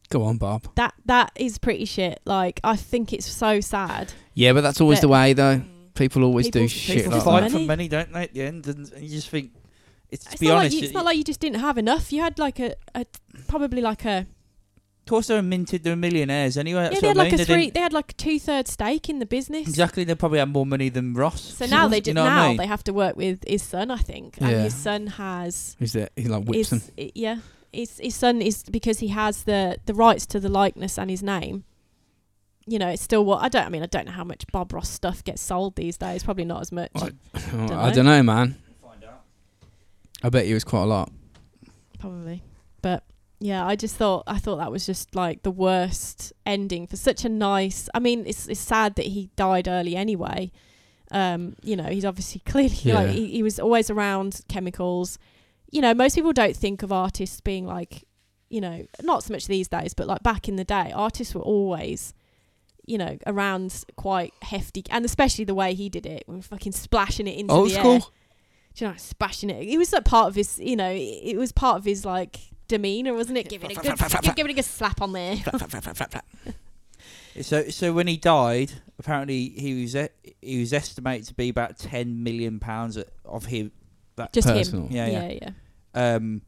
Speaker 2: Go on, Bob.
Speaker 4: that that is pretty shit like i think it's so sad
Speaker 2: Yeah, but that's always
Speaker 4: But-
Speaker 2: the way
Speaker 3: Uh,
Speaker 2: though. People always do
Speaker 4: People-
Speaker 2: shit
Speaker 3: People
Speaker 2: like
Speaker 3: fight
Speaker 2: that.
Speaker 3: for
Speaker 4: Money.
Speaker 3: money, don't they? At the end, and, and you just think it's to
Speaker 4: it's,
Speaker 3: be
Speaker 4: not,
Speaker 3: honest.
Speaker 4: like you, it's
Speaker 3: it-
Speaker 4: not like you just didn't have enough you had like a, a probably like a
Speaker 3: of course, they were minted. They were millionaires anyway.
Speaker 4: yeah
Speaker 3: That's
Speaker 4: they
Speaker 3: what
Speaker 4: had
Speaker 3: I
Speaker 4: like
Speaker 3: mean.
Speaker 4: a
Speaker 3: They
Speaker 4: three
Speaker 3: didn't-
Speaker 4: they had like a two-third stake in the business
Speaker 3: Exactly, they probably had more money than Ross.
Speaker 4: so now they
Speaker 3: You
Speaker 4: do
Speaker 3: know what
Speaker 4: now
Speaker 3: I mean?
Speaker 4: they have to work with his son i think and
Speaker 2: Yeah.
Speaker 4: his son has
Speaker 2: Is that he like whips them?
Speaker 4: is, i- yeah, his his son is because he has the the rights to the likeness and his name. You know, it's still what I don't. I mean, I don't know how much Bob Ross stuff gets sold these days. Probably not as much.
Speaker 2: Well,
Speaker 4: dunno.
Speaker 2: Oh, I don't know, man. I bet you was quite a lot.
Speaker 4: Probably, but yeah, I just thought I thought that was just like the worst ending for such a nice. I mean, it's it's sad that he died early anyway. Um, you know, he's obviously clearly like
Speaker 2: Yeah.
Speaker 4: he, he was always around chemicals. You know, most people don't think of artists being like, you know, not so much these days, but like back in the day, artists were always, you know, around quite hefty, and especially the way he did it, when fucking splashing it into
Speaker 2: Old
Speaker 4: the air
Speaker 2: school.
Speaker 4: do you know, spashing it. It was like part of his, you know, it- it was part of his like demeanor, wasn't it? Give it a good, give, give it a good slap on there.
Speaker 3: So so when he died, apparently he was e- he was estimated to be about ten million pounds of him.
Speaker 4: Just
Speaker 2: Personal.
Speaker 4: him.
Speaker 3: Yeah, yeah.
Speaker 4: yeah.
Speaker 3: Um,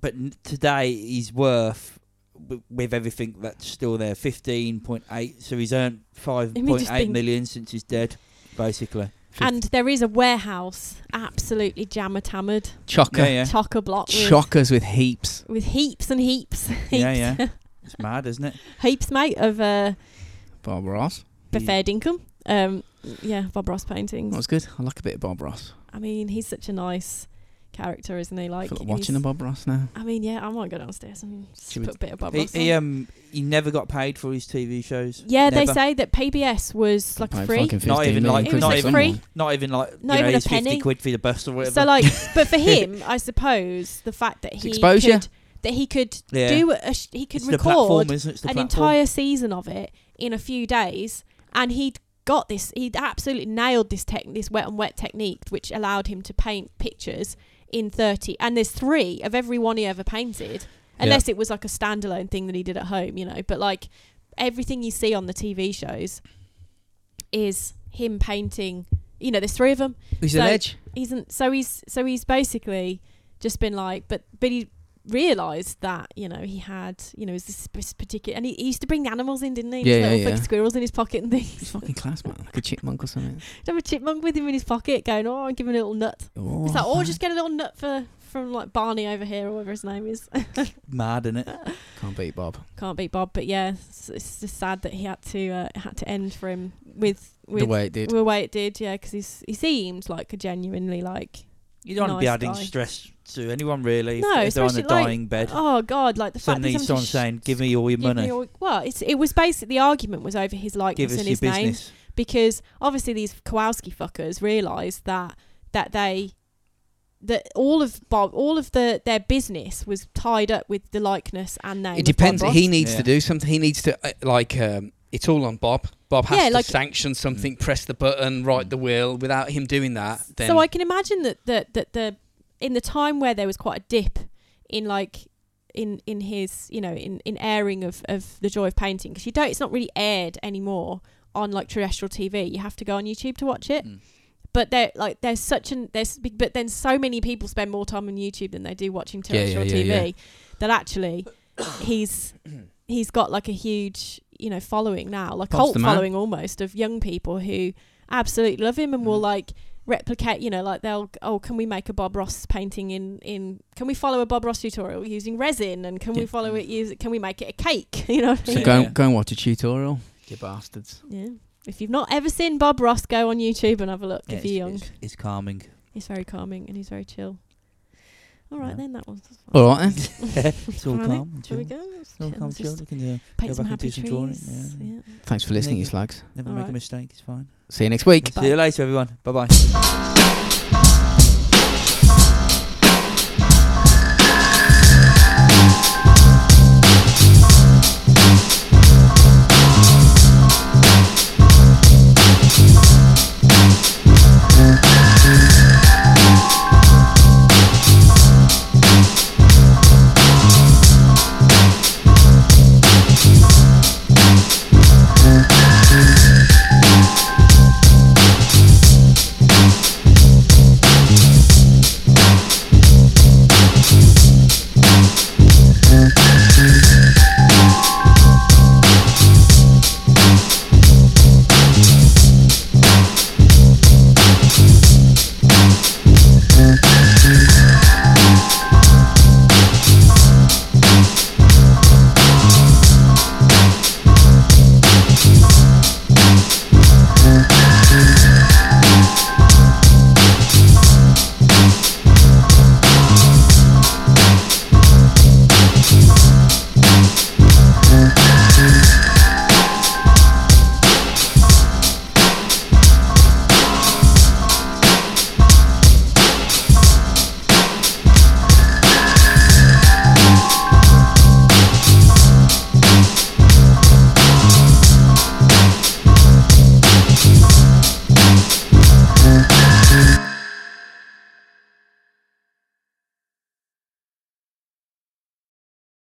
Speaker 3: but n- today he's worth w- with everything that's still there fifteen point eight. So he's earned five point eight
Speaker 4: think-
Speaker 3: million since he's dead, basically.
Speaker 4: And there is a warehouse absolutely jammer tammered,
Speaker 2: Chocker.
Speaker 3: Yeah, yeah.
Speaker 4: chocker block with,
Speaker 2: Chockers with heaps.
Speaker 4: with heaps and heaps, heaps,
Speaker 3: Yeah, yeah. It's mad, isn't it?
Speaker 4: heaps, mate, of uh,
Speaker 2: Bob Ross.
Speaker 4: preferred income. Um, yeah, Bob Ross paintings.
Speaker 2: That was good. I like a bit of Bob Ross.
Speaker 4: I mean, he's such a nice character, isn't he?
Speaker 2: I
Speaker 4: Like,
Speaker 2: feel like watching a
Speaker 4: he's-
Speaker 2: Bob Ross now.
Speaker 4: I mean, yeah, I might go downstairs and just
Speaker 2: Should we-
Speaker 4: put a bit of Bob
Speaker 3: He,
Speaker 4: Ross on.
Speaker 3: he um he never got paid for his TV shows.
Speaker 4: yeah, they
Speaker 3: Never.
Speaker 4: say that PBS was like
Speaker 2: Paid
Speaker 4: free.
Speaker 2: fucking
Speaker 3: Not
Speaker 2: 15
Speaker 3: even
Speaker 2: million
Speaker 3: like-
Speaker 2: quid
Speaker 4: It was
Speaker 2: for
Speaker 4: like
Speaker 2: someone.
Speaker 4: free.
Speaker 3: Not even like
Speaker 4: Not
Speaker 3: you know,
Speaker 4: even a
Speaker 3: he's fifty
Speaker 4: penny.
Speaker 3: quid for the bus or whatever.
Speaker 4: So like, but for him, I suppose the fact that
Speaker 2: It's
Speaker 4: he
Speaker 2: exposure.
Speaker 4: could, that he could
Speaker 3: Yeah.
Speaker 4: do a sh- he could
Speaker 3: it's the platform,
Speaker 4: record
Speaker 3: isn't it? It's the
Speaker 4: an
Speaker 3: platform.
Speaker 4: entire season of it in a few days, and he'd got this. He'd absolutely nailed this tech, this wet and wet technique, which allowed him to paint pictures in thirty. And there's three of every one he ever painted, unless it was like a standalone thing that he did at home, you know. But like everything you see on the TV shows is him painting. You know, there's three of them
Speaker 2: He's
Speaker 4: So-
Speaker 2: a ledge.
Speaker 4: he's an, so he's so he's basically just been like but but he realized that you know he had you know is this, this particular and he, he used to bring the animals in didn't he
Speaker 2: Yeah,
Speaker 4: His little
Speaker 2: yeah,
Speaker 4: fucking
Speaker 2: yeah.
Speaker 4: squirrels in his pocket and
Speaker 2: He's
Speaker 4: things
Speaker 2: fucking class, man. Like a chipmunk or something.
Speaker 4: He'd have a chipmunk with him in his pocket going oh i'm giving a little nut
Speaker 2: Oh,
Speaker 4: it's like oh just get a little nut for from like barney over here or whatever his name is
Speaker 3: Mad, isn't
Speaker 4: Uh,
Speaker 3: it?
Speaker 2: Can't beat Bob.
Speaker 4: can't beat bob but yeah it's, it's just sad that he had to uh, had to end for him with with
Speaker 2: the way it did.
Speaker 4: the way it did yeah because he's he seemed like a genuinely like
Speaker 3: You don't want to be
Speaker 4: Nice
Speaker 3: adding
Speaker 4: guy.
Speaker 3: stress to anyone really. if-
Speaker 4: No,
Speaker 3: if they're on a
Speaker 4: especially, like,
Speaker 3: dying bed.
Speaker 4: oh god like the fact that
Speaker 3: Suddenly
Speaker 4: he's having to
Speaker 3: someone's
Speaker 4: sh-
Speaker 3: saying, "Give me all your
Speaker 4: Give me
Speaker 3: money.
Speaker 4: your- well, it's, it was basically the argument was over his
Speaker 3: Give
Speaker 4: likeness
Speaker 3: us
Speaker 4: and
Speaker 3: your
Speaker 4: his name
Speaker 3: business."
Speaker 4: because obviously these Kowalski fuckers realised that that they that all of Bob all of the their business was tied up with the likeness and name.
Speaker 2: It depends.
Speaker 4: Of Bob Ross.
Speaker 2: He needs
Speaker 3: Yeah.
Speaker 2: to do something. He needs to, uh, like, um, it's all on Bob. Bob has
Speaker 4: Yeah,
Speaker 2: to
Speaker 4: like-
Speaker 2: sanction something, press the button, write the will. Without him doing that, then
Speaker 4: so I can imagine that that that the in the time where there was quite a dip in like in in his you know in in airing of of the joy of painting because you don't it's not really aired anymore on like terrestrial TV. You have to go on YouTube to watch it.
Speaker 3: Mm.
Speaker 4: But there, like, there's such an there's, but then so many people spend more time on YouTube than they do watching
Speaker 2: Yeah, yeah,
Speaker 4: terrestrial
Speaker 2: yeah, yeah.
Speaker 4: TV that actually he's he's got like a huge you know following now, like
Speaker 2: Bob's
Speaker 4: cult
Speaker 2: the man.
Speaker 4: following almost of young people who absolutely love him and
Speaker 2: Mm.
Speaker 4: will like replicate you know like they'll oh can we make a bob ross painting in in can we follow a bob ross tutorial using resin and can
Speaker 2: Yeah.
Speaker 4: we follow
Speaker 3: Mm.
Speaker 4: it use can we make it a cake you know what I
Speaker 2: So
Speaker 4: mean?
Speaker 2: go
Speaker 3: Yeah.
Speaker 2: go and watch a tutorial, you bastards.
Speaker 4: yeah if you've not ever seen bob ross go on youtube and have a look
Speaker 3: Yeah,
Speaker 4: if
Speaker 3: it's,
Speaker 4: you're young
Speaker 3: it's- it's calming.
Speaker 4: he's very calming and he's very chill all right
Speaker 3: Yeah.
Speaker 4: then that was that's fine.
Speaker 2: All right, then.
Speaker 3: it's all
Speaker 4: Alright,
Speaker 3: calm. and
Speaker 4: there we
Speaker 3: chill.
Speaker 4: go let's
Speaker 3: It's all
Speaker 4: chill,
Speaker 3: calm,
Speaker 4: let's
Speaker 3: chill.
Speaker 4: just
Speaker 3: We can uh,
Speaker 4: paint
Speaker 3: Go
Speaker 4: some
Speaker 3: back and
Speaker 4: happy
Speaker 3: do some drawing,
Speaker 4: trees
Speaker 3: yeah.
Speaker 4: yeah.
Speaker 2: Thanks for listening, you
Speaker 3: Thank
Speaker 2: slags.
Speaker 3: never
Speaker 4: All
Speaker 3: make a
Speaker 4: right.
Speaker 3: mistake. It's fine.
Speaker 2: See you next week.
Speaker 3: See you later, everyone. Bye bye.